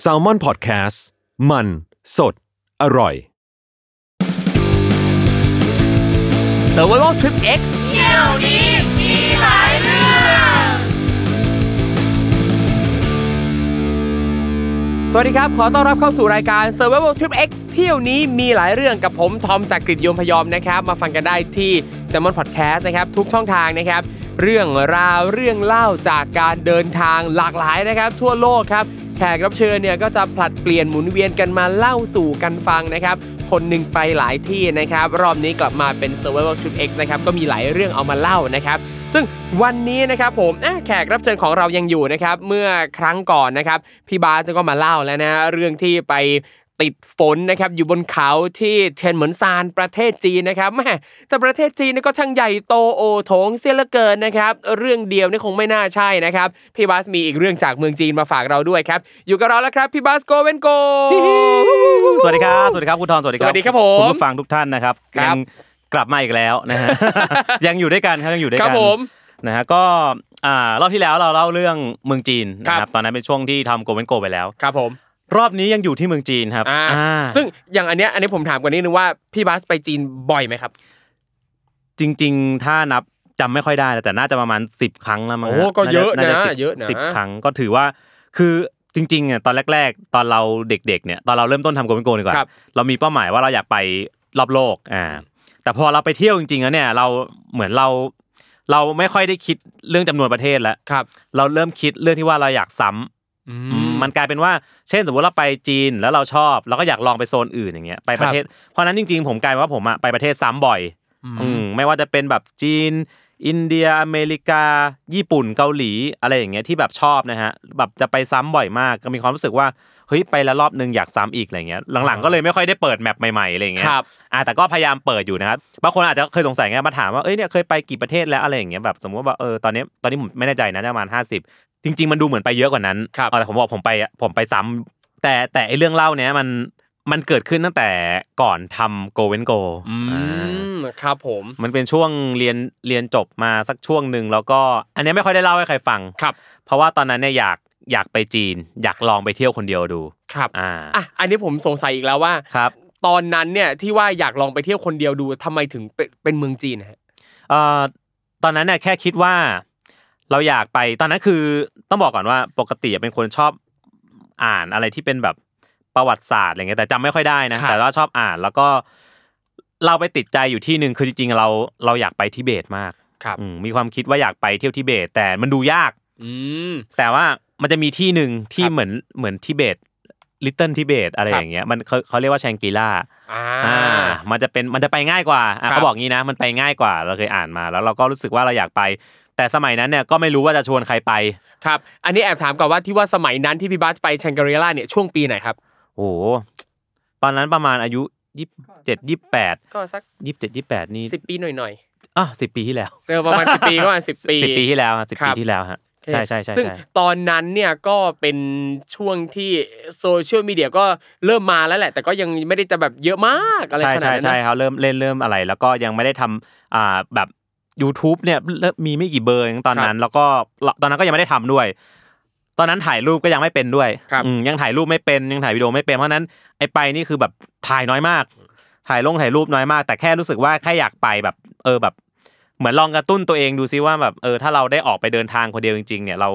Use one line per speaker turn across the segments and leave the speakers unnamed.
แซลมอนพอดแคสต์มันสดอร่อย
s u r v i v a l Trip X เที่ยวนี้มีหลายเรื่อง สวัสดีครับ ขอต้อนรับเข้าสู่รายการ s u r v i v a l Trip X เที่ยวนี้มีหลายเรื่องกับผม ทอมจากกรีฑยมพยอมนะครับ มาฟังกันได้ที่ s ซ l m o n Podcast นะครับ ทุกช่องทางนะครับ เรื่องราวเรื่องเล่าจากการเดินทางหลากหลายนะครับ ทั่วโลกครับ แขกรับเชิญเนี่ยก็จะผลัดเปลี่ยนหมุนเวียนกันมาเล่าสู่กันฟังนะครับ คนหนึ่งไปหลายที่นะครับ รอบนี้กลับมาเป็น Survival Trip X นะครับก็มีหลายเรื่องเอามาเล่านะครับ ซึ่งวันนี้นะครับผมอ่ะแขกรับเชิญของเรายังอยู่นะครับ เมื่อครั้งก่อนนะครับ พี่บาสก็มาเล่าแล้วนะเรื่องที่ไปติดฝนนะครับอยู่บนเขาที่เทียนเหมือนซานประเทศจีนนะครับแม่แต่ประเทศจีนนี่ก็ช่างใหญ่โตโอโถงเสียเหลือเกินนะครับ เรื่องเดียวนี่คงไม่น่าใช่นะครับพี่บาสมีอีกเรื่องจากเมืองจีนมาฝากเราด้วยครับ อยู่กับเราแล้วครับพี่บาสโกเวนโก
สวัสดีครับ สวัสดีครับคุณทอนสวัสดีครับ
สวัสดีครับผม
คุณผู้ฟังทุกท่านนะครับ
ครับ
ยังกลับมาอีกแล้วนะ ฮะ ยังอยู่ด้วยกันครับยังอยู่ด้วย
ครั
กับ
ผม
นะฮะก็อ่ารอบที่แล้วเราเล่าเรื่องเมืองจีนนะ
ค
ค
รั
รับ บตอนนั้นเป็นช่วงที่ทำโกเว้นโกไปแล้ว
ครับผม
รอบนี้ยังอยู่ที่เมืองจีนครับ
อ่า
อ่า
ซึ่งอย่างอันเนี้ยอันนี้ผมถามก่อนนิดนึงว่าพี่บาสไปจีนบ่อยไหมครับ
จริง ๆ ถ้านับจำไม่ค่อยได้นะแต่น่าจะประมาณ 10 ครั้งแล้วมั้ง
โอ้
ฮ
ก็เยอะนะ
าจ
เยอะนะ
สิบครั้งก็ถือว่าคือจริงๆอ่ะตอนแรก ๆ ตอนเราเด็กๆเนี่ยตอนเราเริ่มต้นทำโกเว้นโกดีกว่า
ครับ
เรามีเป้าหมายว่าเราอยากไปรอบโลก อ่า แต่พอเราไปเที่ยวจริงๆแล้วเนี่ย เราเหมือนเรา เราไม่ค่อยได้คิดเรื่องจำนวนประเทศแล้ว
ครับ
เราเริ่มคิดเรื่องที่ว่าเราอยากซ้ำมันกลายเป็นว่า เช่น สมมติเราไปจีนแล้วเราชอบ เราก็อยากลองไปโซนอื่นอย่างเงี้ย ไปประเทศ เพราะฉะนั้นจริงๆ ผมกลายเป็นว่าผมอะไปประเทศซ้ำบ่อย อืมไม่ว่าจะเป็นแบบจีน อินเดีย อเมริกา ญี่ปุ่น เกาหลี อะไรอย่างเงี้ยที่แบบชอบนะฮะ แบบจะไปซ้ำบ่อยมาก ก็มีความรู้สึกว่า เฮ้ย ไปละรอบนึงอยากซ้ำอีกอะไรเงี้ย หลังๆ ก็เลยไม่ค่อยได้เปิดแมปใหม่ๆ อะไรอย่างเงี้
ค
ย
รับ
อ่ะแต่ก็พยายามเปิดอยู่นะครับบางคนอาจจะเคยสงสัยไงมาถามว่าเอ้ยเนี่ยเคยไปกี่ประเทศแล้วอะไรอย่างเงี้ยแบบสมมติว่าเออตอนนี้ตอนนี้ผมไม่แน่ใจนะประมาณ50 จริง ๆ มันดูเหมือนไปเยอะกว่านั้น
ครับ
เออแต่ผมบอกผมไปอ่ะผมไปซ้ำแต่แต่ไอเรื่องเล่าเนี้ยมันมันเกิดขึ้นตั้งแต่ก่อนทำ go เว้น go
อื
อ่าม
ครับผม
มันเป็นช่วงเรียนเรียนจบมาสักช่วงหนึ่งแล้วก็อันเนี้ยไม่ค่อยได้เล่าให้ใครฟัง
ครับ
เพราะว่าตอนนั้นเนี่ยอยากอยากไปจีน อยากลองไปเที่ยวคนเดียวดู
ครับ
อ่า
อ่ะอันนี้ผมสงสัยอีกแล้วว่า
ครับ
ตอนนั้นเนี่ยที่ว่าอยากลองไปเที่ยวคนเดียวดูทำไมถึงเป็นเป็นเมืองจีนนะฮะ
เอ่อตอนนั้นน่ะแค่คิดว่าเราอยากไปตอนนั้นคือต้องบอกก่อนว่าปกติเป็นคนชอบอ่านอะไรที่เป็นแบบประวัติศาสตร์อะไรเงี้ยแต่จำไม่ค่อยได้นะครับ แต่ว่าชอบอ่านแล้วก็เราไปติดใจอยู่ที่หนึ่งคือจริงๆเราเราอยากไปทิเบตมาก
ครับ
อืมมีความคิดว่าอยากไปเที่ยวทิเบต แต่มันดูยาก
อืม
แต่ว่ามันจะมีที่หนึ่งที่
ครับ
เหมือนเหมือนทิเบตลิตเติ้ลทิเบตอะไรอย่างเงี้ยมันเขาเขาเรียกว่าแชงกรีล่า
อ่า
อ่ามันจะเป็นมันจะไปง่ายกว่าอ่ะ
ครับ
เขาบอกงี้นะมันไปง่ายกว่าเราเคยอ่านมาแล้วเราก็รู้สึกว่าเราอยากไป แต่สมัยนั้นเนี่ยก็ไม่รู้ว่าจะชวนใครไป
ครับอันนี้แอบถามก่อนว่าที่ว่าสมัยนั้นที่พี่บาสไปแชงกรีล่าเนี่ยช่วงปีไหนครับ
โอ้โหตอนนั้นประมาณอายุยี่เจ็ดยี่แปด
ก็สัก
ยี่เจ็ดยี่แปดนี่
สิบปีหน่อย
อ่ะสิบปีที่แล้ว
ๆเซอประมาณสิบปีก็ประมาณสิบปี
สิบปีที่แล้วสิบ
ครั
ปี
บ
ที่แล้วฮะใช่ใช่ใช่
ซึ่ง
ใช่
ตอนนั้นเนี่ยก็เป็นช่วงที่โซเชียลมีเดียก็เริ่มมาแล้วแหละ แต่ก็ยังไม่ได้จะแบบเยอะมากอะไร
ใช่
ขนาด
ใช่
นั้น
ใช่
นะ
เขาเริ่มเล่นเริ่มอะไร แล้วก็ยังไม่ได้ทำอ่าแบบ YouTube เนี่ยเริ่มมีไม่กี่เบอร์เองตอนนั้น แล้วก็ตอนนั้นก็ยังไม่ได้ทำด้วย ตอนนั้นถ่ายรูปก็ยังไม่เป็นด้วย
ครับ
อืมยังถ่ายรูปไม่เป็นยังถ่ายวิดีโอไม่เป็นเพราะฉะนั้นไอไปนี่คือแบบถ่ายน้อยมาก ถ่ายลงถ่ายรูปน้อยมาก แต่แค่รู้สึกว่าแค่อยากไปแบบ เออแบบ เหมือนลองกระตุ้นตัวเองดูซิว่าแบบเออถ้าเราได้ออกไปเดินทางคนเดียวจริง ๆ เนี่ยเรา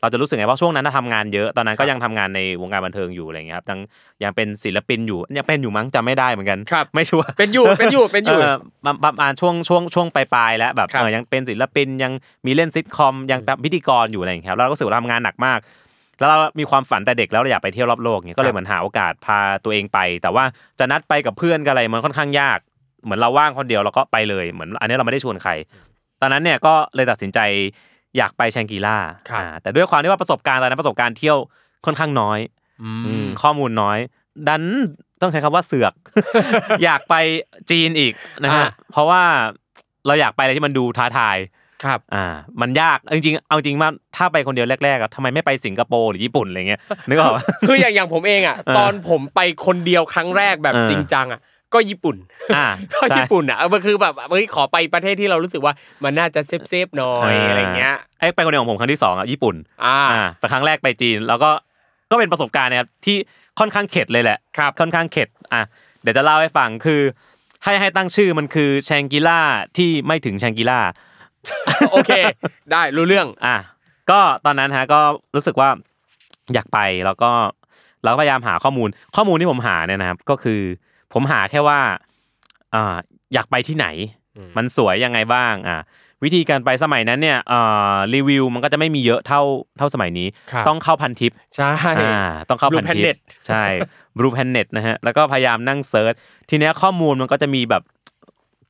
เราจะรู้สึกไงเพราะช่วงนั้นน่ะทำงานเยอะตอนนั้นก็ยังทำงานในวงการบันเทิงอยู่อะไรอย่างเงี้ยครับยังยังเป็นศิลปินอยู่ยังเป็นอยู่มั้งจำไม่ได้เหมือนกัน
ครับ
ไม่ชัวร์
เป็นอยู่เป็นอยู่เป็นอยู่
เประประมาณช่วงช่วงช่วงปลายๆแล้วแบบ
ครับ
เออยังเป็นศิลปินยังมีเล่นซิทคอมยังเป็นพิธีกรอยู่อะไรอย่างเงี้ยครับแล้วเราก็รู้สึกว่าเราทำงานหนักมาก แล้วเรามีความฝันแต่เด็กแล้วเราอยากไปเที่ยวรอบโลกเงี้ยก็
ค
เล
รับ
ยเหมือนหาโอกาสพาตัวเองไป แต่ว่าจะนัดไปกับเพื่อนกับอะไรมันค่อนข้างยาก เหมือนเราว่างคนเดียวเราก็ไปเลยเหมือนอันนี้เราไม่ได้ชวนใคร ตอนนั้นเนี่ยก็เลยตัดสินใจอยากไปแชงกีล่า
ครับ
อ่าแต่ด้วยความที่ว่าประสบการณ์ตอนนั้นประสบการณ์เที่ยวค่อนข้างน้อย อืมข้อมูลน้อย ดันต้องใช้คำว่าเสือก อยากไปจีนอีกนะฮะ
อ่า
เพราะว่าเราอยากไปอะไรที่มันดูท้าทาย
ครับ
อ่า มันยากเอาจริงๆเอาจริงว่าถ้าไปคนเดียวแรกๆอะทำไมไม่ไปสิงคโปร์หรือญี่ปุ่นอะไรเงี้ยนึกออก ปะ
คืออย่างอย่างผมเองอ่ะ
เออ
ตอนผมไปคนเดียวครั้งแรกแบบ
เออ
จริงจังอ่ะก็ญี่ปุ่น
อ่า
ก็
ใช่
ญี่ปุ่นอ่ะเออมันคือแบบเฮ้ยขอไปประเทศที่เรารู้สึกว่ามันน่าจะเซฟเซฟๆหน่อย
อ่า
อะไรเงี้ย
ไอ้ไปคนเดียวของผมครั้งที่สองอะญี่ปุ่น
อ่า
อ่าแต่ครั้งแรกไปจีน แล้วก็ก็เป็นประสบการณ์นะครับที่ค่อนข้างเข็ดเลยแหละ
ครับ
ค่อนข้างเข็ด อ่ะ เดี๋ยวจะเล่าให้ฟัง คือ ให้ให้ตั้งชื่อมันคือแชงกิล่าที่ไม่ถึงแชงกิล่า
โอเค ได้รู้เรื่อง
อ่ะ ก็ตอนนั้นฮะก็รู้สึกว่าอยากไปแล้วก็เราก็พยายามหาข้อมูล ข้อมูลที่ผมหาเนี่ยนะครับ ก็คือผมหาแค่ว่าอ่าอยากไปที่ไหน
อืม
มันสวยยังไงบ้าง อ่ะวิธีการไปสมัยนั้นเนี่ยอ่ารีวิวมันก็จะไม่มีเยอะเท่าเท่าสมัยนี้ ต้องเข้าพันทิป
ใช่
อ่าต้องเข้า
Blue
พันทิป
Planet
ใช่บลูแพนเน็ตนะฮะแล้วก็พยายามนั่งเซิร์ชทีเนี้ยข้อมูลมันก็จะมีแบบ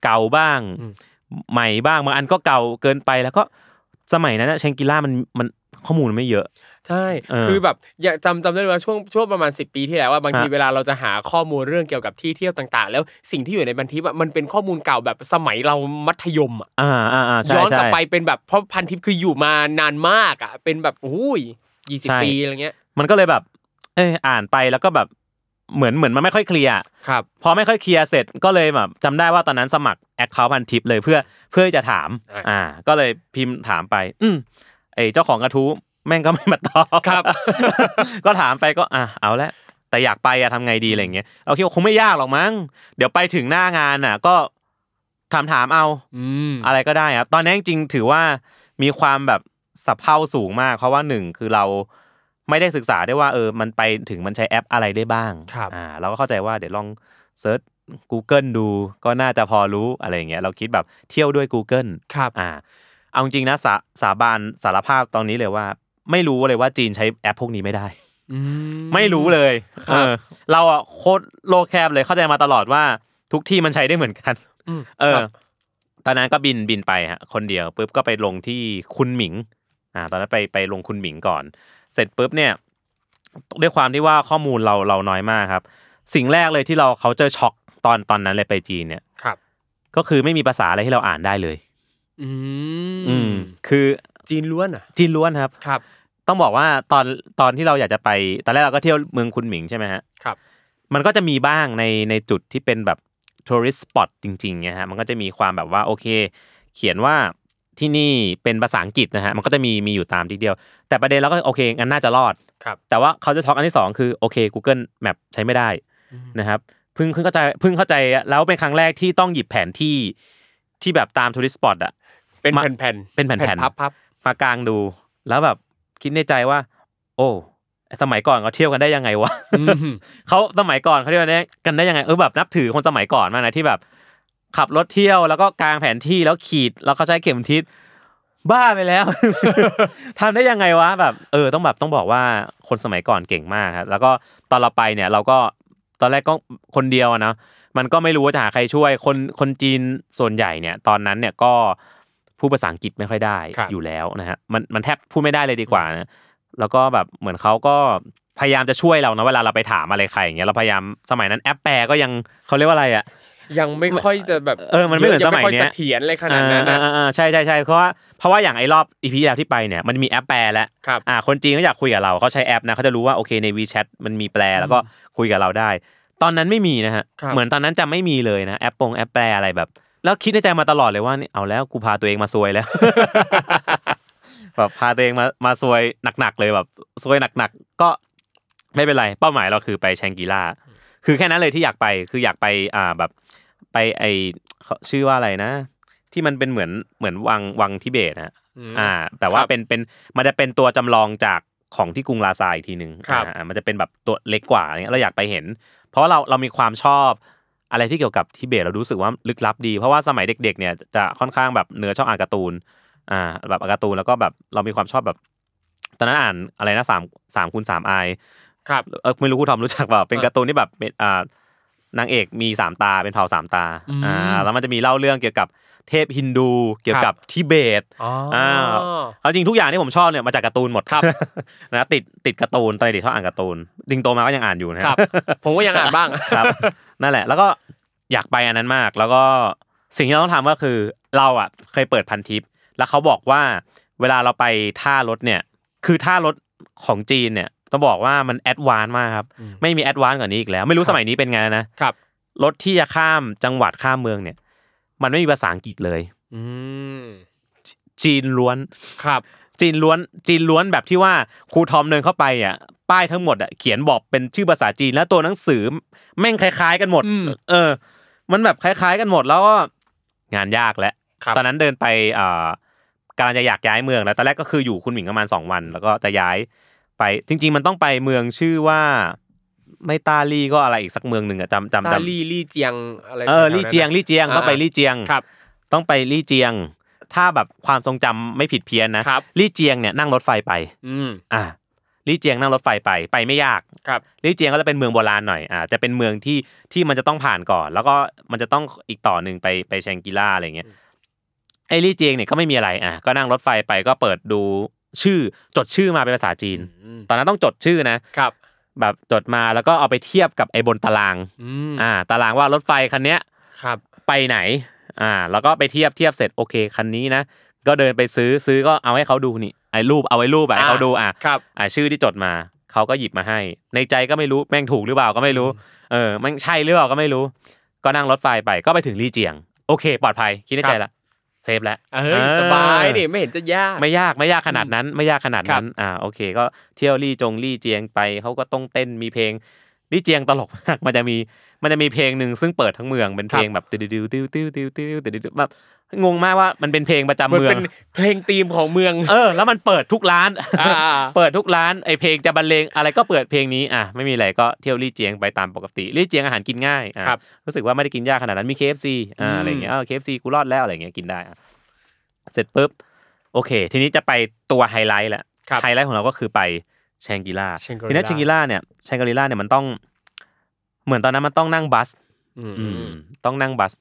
เก่าบ้าง
อืม
ใหม่บ้างบางอันก็เก่าเกินไปแล้วก็สมัยนั้นอะเชงกิล่ามันมันข้อมูลมันไม่เยอะ
ใช่
เออ
คือแบบอยากจำจำได้เลยว่าช่วงช่วงประมาณ 10 ปีที่แล้วว่าบางที
ฮะ
เวลาเราจะหาข้อมูลเรื่องเกี่ยวกับที่เที่ยวต่างๆ แล้วสิ่งที่อยู่ในบันทิปอะมันเป็นข้อมูลเก่าแบบสมัยเรามัธยมอะ
อ่าอ่าอ่าใช่
ย้อนกลับ
ใช่
ไปเป็นแบบเพราะพันทิปคืออยู่มานานมากอ่ะเป็นแบบอุ้ยยี่สิบ
ใช่
ปีอะไรเงี้ย
มันก็เลยแบบ เอออ่านไปแล้วก็แบบเหมือนเหมือนมันไม่ค่อยเคลียร์
ครับ
พอไม่ค่อยเคลียร์เสร็จก็เลยแบบจำได้ว่าตอนนั้นสมัครแอคเคาท์พันทิปเลยเพื่อเพื่อจะถาม
อ่ะ
อ่า ก็เลยพิมพ์ถามไป อืมไอเจ้าของกระทู้แม่งก็ไม่มาตอบ
ครับ
ก็ถามไปก็อ่ะเอาละแต่อยากไปอะทำไงดีอะไรอย่างเงี้ยเราคิดว่าคงไม่ยากหรอกมั้งเดี๋ยวไปถึงหน้างานอ่ะ ก็ถามถามๆเอา
อืม
อะไรก็ได้ครับตอนนี้จริงๆถือว่ามีความแบบสับเพร่าสูงมาก เพราะว่าหนึ่งคือเราไม่ได้ศึกษาได้วยว่าเออมันไปถึงมันใช้แอปอะไรได้บ้าง
ครับ
อ่าเราก็เข้าใจว่าเดี๋ยวลองเซิร์ช Google ดูก็น่าจะพอรู้อะไรอย่างเงี้ยเราคิดแบบเที่ยวด้วย Google
ครับ
อ่าเอาจริงๆนะสาสาบานสารภาพตอนนี้เลยว่า ไม่รู้เลยว่าจีนใช้แอปพวกนี้ไม่ได้
อืม
ไม่รู้เลย
ครับ
เออเราอ่ะโคตรโลกแคบเลยเข้าใจมาตลอดว่าทุกที่มันใช้ได้เหมือนกัน
อืม
เอ
ค
อ
รับ
ตอนนั้นก็บินบินไปฮะคนเดียวปุ๊บก็ไปลงที่คุณหมิง อ่า ตอนนั้นไปไปลงคุณหมิงก่อน เสร็จปุ๊บเนี่ย ด้วยความที่ว่าข้อมูลเราเราน้อยมากครับ สิ่งแรกเลยที่เราเขาเจอช็อกตอนตอนนั้นเลยไปจีนเนี่ย
ครับ
ก็คือไม่มีภาษาอะไรที่เราอ่านได้เลย
อืม
อืม คือ
จีนล้วนอ่ะ
จีนล้วนครับ
ครับ
ต้องบอกว่าตอนตอนที่เราอยากจะไปตอนแรกเราก็เที่ยวเมืองคุณหมิงใช่ไหมฮะ
ครับ
มันก็จะมีบ้างในในจุดที่เป็นแบบทัวริสต์สปอตจริงๆนะฮะมันก็จะมีความแบบว่าโอเค เขียนว่าที่นี่เป็นภาษาอังกฤษนะฮะมันก็จะมีมีอยู่ตามทีเดียว แต่ประเด็นเราก็โอเคงั้นน่าจะรอด
ครับ
แต่ว่าเขาจะช็อกอันที่สองคือโอเค Google Map ใช้ไม่ได้
อืม
นะครับเพิ่งเพิ่งเข้าใจเพิ่งเข้าใจแล้วเป็นครั้งแรกที่ต้องหยิบแผนที่ที่แบบตามทัวริสต์สปอตอะ
เป็น
มา
แผ่นแผ่น
เป็นแผ่นๆ
พับพับ
มากางดู แล้วแบบคิดในใจว่า โอ้สมัยก่อนเขาเที่ยวกันได้ยังไงวะ
ๆอืม
เขาสมัยก่อนเขาเรียกว่าได้กันได้ยังไงเออแบบนับถือคนสมัยก่อนมากนะที่แบบ ขับรถเที่ยวแล้วก็กางแผนที่แล้วขีดแล้วเขาใช้เข็มทิศบ้าไปแล้ว ทำได้ยังไงวะแบบ เออต้องแบบต้องบอกว่าคนสมัยก่อนเก่งมากครับแล้วก็ตอนเราไปเนี่ย เราก็ตอนแรกก็คนเดียวอะเนาะมันก็ไม่รู้ว่าจะหาใครช่วย คนคนจีนส่วนใหญ่เนี่ย ตอนนั้นเนี่ยก็พูดภาษาอังกฤษไม่ค่อยได้
ครับ
อยู่แล้วนะฮะมันมันแทบพูดไม่ได้เลยดีกว่านะ แล้วก็แบบเหมือนเขาก็พยายามจะช่วยเรานะเวลาเราไปถามอะไรใครอย่างเงี้ยเราพยายามสมัยนั้นแอปแปลก็ยังเขาเรียกว่าอะไรอ่ะ
ยังไม่ค่อยจะแบบ
เออมันไม่เหมือนสมัยเนี้ย
งไค่อเสถียรอะไรขนาดนั้นนะ
อ่อ่าๆๆใช่ใช่ใช่เพราะว่าเพราะว่าอย่างไอ้รอบอีพีแล้วที่ไปเนี่ยมันมีแอปแปลแล้ว
ครับ
อ่าคนจีนเขาอยากคุยกับเราเขาใช้แอปนะเขาจะรู้ว่าโอเคใน WeChat มันมีแปลแล้วก็คุยกับเราได้ ตอนนั้นไม่มีนะฮะ
ครับ
เหมือนตอนนั้นจะไม่มีเลยนะแอปปงแอปแปลอะไรแบบ แล้วคิดในใจมาตลอดเลยว่านี่เอาแล้วกูพาตัวเองมาซวย แล้ว แบบพาตัวเองมามาซวยหนักๆเลยแบบซวยหนักๆก็ไม่เป็นไรเป้าหมายเราคือไปแชงกีล่าคือแค่นั้นเลยที่อยากไปคืออยากไปอ่าแบบไปไอเขาชื่อว่าอะไรนะ ที่มันเป็นเหมือนเหมือนวังวังทิเบตนะ อ่า แต่ว่า
ครับ
เป็นเป็นมันจะเป็นตัวจำลองจากของที่กรุงลาซาอีกทีหนึ่ง
ครับ
อ่ามันจะเป็นแบบตัวเล็กกว่าเนี้ยเราอยากไปเห็น เพราะเราเรามีความชอบอะไรที่เกี่ยวกับทิเบตเรารู้สึกว่าลึกลับดี เพราะว่าสมัยเด็ก ๆ เนี่ยจะค่อนข้างแบบเหนื้อชอบอ่านการ์ตูน อ่าแบบการ์ตูนแล้วก็แบบเรามีความชอบแบบ ตอนนั้นอ่านอะไรนะสามสามคูณสามไอ
ครับ
เออไม่รู้คุณทอมรู้จักเปล่าเป็น
เออ
การ์ตูนที่แบบเป็นอ่านางเอกมีสามตาเป็นเผ่าสามตา
อืม
อ่าแล้วมันจะมีเล่าเรื่องเกี่ยวกับเทพฮินดูเกี่ยวกับทิเบต
อ๋ออ
อ่า เอาจริงทุกอย่างที่ผมชอบเนี่ยมาจากการ์ตูนหมด
ครับ
นะติดติดการ์ตูนตอนเด็กชอบอ่านการ์ตูนจริงโตมาก็ยังอ่านอยู่นะ
ครับ ผมก็ยังอ่านบ้าง
ครับนั่นแหละแล้วก็อยากไปอันนั้นมาก แล้วก็สิ่งที่เราต้องทำก็คือเราอ่ะเคยเปิดพันทิป แล้วเขาบอกว่าเวลาเราไปท่ารถเนี่ย คือท่ารถของจีนเนี่ยต้องบอกว่ามันแอดวานซ์มากครับ
อืม
ไม่มีแอดวานซ์กว่านี้อีกแล้ว ไม่รู้สมัยนี้เป็นไงนะ
ครับ
รถที่จะข้ามจังหวัดข้ามเมืองเนี่ย มันไม่มีภาษาอังกฤษเลย
อืม
จีนล้วน
ครับ
จีนล้วนจีนล้วนแบบที่ว่าครูทอมเดินเข้าไปอ่ะป้ายทั้งหมดอ่ะเขียนบอกเป็นชื่อภาษาจีนแล้วตัวหนังสือแม่งคล้าย ๆ กันหมด
อืม
เออ มันแบบคล้าย ๆ กันหมดแล้วก็งานยากแล้ว
ครับ
ตอนนั้นเดินไปอ่ากำลังจะอยากย้ายเมืองแล้วตอนแรกก็คืออยู่คุณหมิงประมาณสองวัน แล้วก็จะย้ายไปจริง ๆ มันต้องไปเมืองชื่อว่าไม่ตาลี่ก็อะไรอีกสักเมืองหนึ่งอะจำจำ
ตา
จำ
ลี่ลี่เจียงอะไร
เออ
แถวๆนั้น
ลี่เจียง
นะ
ลี่เจียงต้องไป
อ่า
ลี่เจียง
ครับ
ต้องไปลี่เจียง ถ้าแบบความทรงจำไม่ผิดเพี้ยนนะครับ ลี่เจียงเนี่ยนั่งรถไฟไป
อืม
อ่าลี่เจียงนั่งรถไฟไป ไปไม่ยาก
ครับ
ลี่เจียงก็จะเป็นเมืองโบราณหน่อย อ่า จะเป็นเมืองที่ที่มันจะต้องผ่านก่อน แล้วก็มันจะต้องอีกต่อหนึ่งไปไปแชงกิล่าอะไรเงี้ย ไอ้ลี่เจียงเนี่ยก็ไม่มีอะไร อ่ะ ก็นั่งรถไฟไปก็เปิดดูชื่อ จดชื่อมาเป็นภาษาจีน
อืม
ตอนนั้นต้องจดชื่อนะ
ครับ
แบบจดมาแล้วก็เอาไปเทียบกับไอ้บนตาราง
อืม
อ่า ตารางว่ารถไฟคันเนี้ย
ครับ
ไปไหน อ่า แล้วก็ไปเทียบเทียบเสร็จโอเคคันนี้นะ ก็เดินไปซื้อซื้อก็เอาให้เขาดูนี่ ไอ้รูปเอาไว้รูปอะให้เขาดูอ่ะ
ครับ
อ่าชื่อที่จดมาเขาก็หยิบมาให้ ในใจก็ไม่รู้แม่งถูกหรือเปล่าก็ไม่รู้เออแม่งใช่หรือเปล่าก็ไม่รู้ ก็นั่งรถไฟไปก็ไปถึงลี่เจียง โอเค ปลอดภัยคิดในใจละเซฟแล้ว
เอ้ยสบายนี่ไม่เห็นจะยาก
ไม่ยากไม่ยากขนาดนั้น ไม่ยากขนาดนั้นอ่าโอเค ก็เที่ยวลี่จงลี่เจียงไปเขาก็ต้องเต้นมีเพลงลี่เจียงตลกมากมันจะมีมันจะมีเพลงหนึ่งซึ่งเปิดทั้งเมืองเป็นเพลงแบบติวติวติวติวติวติวติวติวแบบงงมากว่ามันเป็นเพลงประจำ
มัน
เมือ
เป็
ง
นเพลงธีมของเมือง
เออแล้วมันเปิดทุกร้าน
อ่า
เปิดทุกร้านไอเพลงจะบรรเลงอะไรก็เปิดเพลงนี้อ่ะไม่มีอะไรก็เที่ยวลี่เจียงไปตามปกติลี่เจียงอาหารกินง่ายอ่ะ
ครับ
รู้สึกว่าไม่ได้กินยากขนาดนั้นมี KFC อ่า
อืม
อะไรอย่างเงี้ยเคฟซีกูรอดแล้วอะไรอย่างเงี้ยกินได้อ่ะเสร็จปุ๊บโอเค ทีนี้จะไปตัวไฮไลท์ละ
ครับ
ไฮไลท์ของเราก็คือไปแชงกิล่า
Shangri-La
ทีนี้แชงกิล่าเนี่ยแชงกิล่าเนี่ยมันต้อง เหมือนตอนนั้นมันต้องนั่งบัส
อืม
อืมต้องนั่งบัส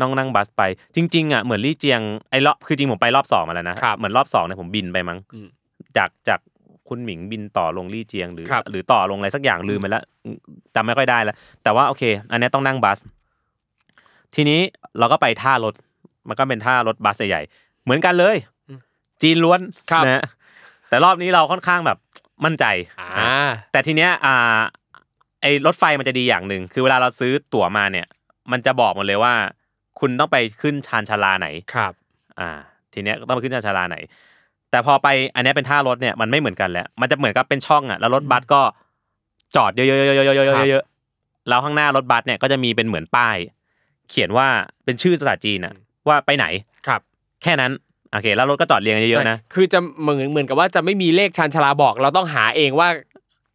น้องนั่งบัสไป จริงๆอ่ะเหมือนลี่เจียงไอ้รอบคือจริงผมไปรอบสองมาแล้วนะครับ เหมือนรอบสองเนี่ยผมบินไปมั้ง
อืม
จากจากคุณหมิงบินต่อลงลี่เจียงหรือ
ครับ
หรือต่อลงอะไรสักอย่างลืมไปแล้วจำไม่ค่อยได้แล้วแต่ว่าโอเค อันเนี้ยต้องนั่งบัส ทีนี้เราก็ไปท่ารถมันก็เป็นท่ารถบัสใหญ่ๆเหมือนกันเลย
อืม
จีนล้วน
ครับ
นะฮะแต่รอบนี้เราค่อนข้างแบบมั่นใจ
อ่า
แต่ทีเนี้ยอ่าไอ้รถไฟมันจะดีอย่างหนึ่งคือเวลาเราซื้อตั๋วมาเนี่ย มันจะบอกหมดเลยว่า คุณต้องไปขึ้นชานชาลาไหน
ครับ
อ่า ทีเนี้ยก็ต้องไปขึ้นชานชาลาไหน แต่พอไปอันเนี้ยเป็นท่ารถเนี่ยมันไม่เหมือนกันแล้ว มันจะเหมือนกับเป็นช่องอ่ะแล้วรถบัสก็จอดเยอะๆๆๆๆๆๆแล้วข้างหน้ารถบัสเนี่ยก็จะมีเป็นเหมือนป้าย เขียนว่าเป็นชื่อภาษาจีนอ่ะว่าไปไหน
ครับ
แค่นั้นโอเค แล้วรถก็จอดเรียงกันเยอะๆนะ
คือจะเหมือนเหมือนกับว่าจะไม่มีเลขชานชาลาบอก เราต้องหาเองว่า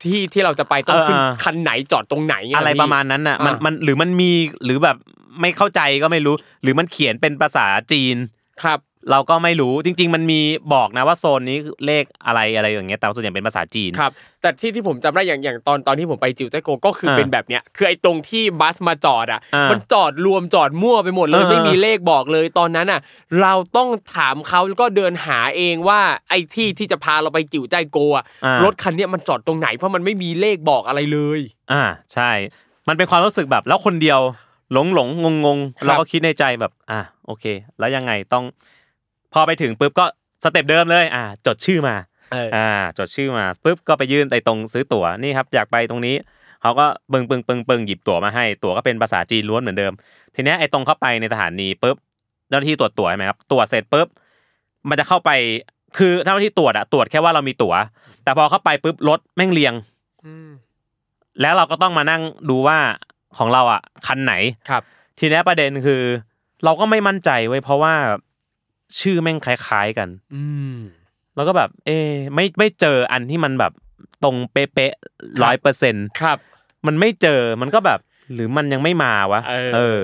ที่ที่เราจะไปต้องขึ้น
เออ
คันไหนจอดตรงไหนเงี้ย
อะไร
พี่
ประมาณนั้นน่ะมัน
อ่ามั
มันหรือมันมีหรือแบบไม่เข้าใจก็ไม่รู้ หรือมันเขียนเป็นภาษาจีน
ครับ
เราก็ไม่รู้จริง ๆ มันมีบอกนะว่าโซนนี้เลขอะไรอะไรอย่างเงี้ยแต่ส่วนใหญ่เป็นภาษาจีน
ครับ แต่ที่ที่ผมจำได้อย่างอย่างตอนตอนที่ผมไปจิวใจโกก็คือ
เออ
เป็นแบบเนี้ย คือไอ้ตรงที่บัสมาจอดอ่ะ
อ่ามั
มันจอดรวมจอดมั่วไปหมดเลย
เออ
ไม่มีเลขบอกเลยตอนนั้นอ่ะ เราต้องถามเขาแล้วก็เดินหาเองว่าไอ้ที่ที่จะพาเราไปจิวใจโกอ่ะ
อ่าร ร
ถคันเนี้ยมันจอดตรงไหนเพราะมันไม่มีเลขบอกอะไรเลย
อ่าใช่ มันเป็นความรู้สึกแบบแล้วคนเดียวหลงหลงงงงๆ
ครับ
เราก็คิดในใจแบบ อ่าโอเค แล้วยังไงต้อง พอไปถึงปุ๊บก็สเต็ปเดิมเลย อ่า จดชื่อมา
เอออ่
อ่า จดชื่อมาปุ๊บก็ไปยื่นไอตรงซื้อตั๋วนี่ครับ อยากไปตรงนี้เขาก็ปึงปึงปึงปึงหยิบตั๋วมาให้ ตั๋วก็เป็นภาษาจีนล้วนเหมือนเดิม ทีเนี้ยไอตรงเข้าไปในสถานีปุ๊บเจ้าหน้าที่ตรวจตั๋วใช่ไหมครับตรวจเสร็จปุ๊บมันจะเข้าไปคือเจ้าหน้าที่ตรวจอะตรวจแค่ว่าเรามีตั๋ว แต่พอเข้าไปปุ๊บรถแม่งเรียง แล้วเราก็ต้องมานั่งดูว่าของเราอ่ะคันไหน
ครับ
ทีเนี้ยประเด็นคือ เราก็ไม่มั่นใจไว้ยเพราะว่า ชื่อแม่งคล้ายๆกัน
อืม
แล้วก็แบบ เอะไม่ไม่เจออันที่มันแบบตรงเป๊ะ
ค
ร้
รั
อย
บ
เปอร์เซ็น
ครับ
มันไม่เจอมันก็แบบ หรือมันยังไม่มาวะ
เออ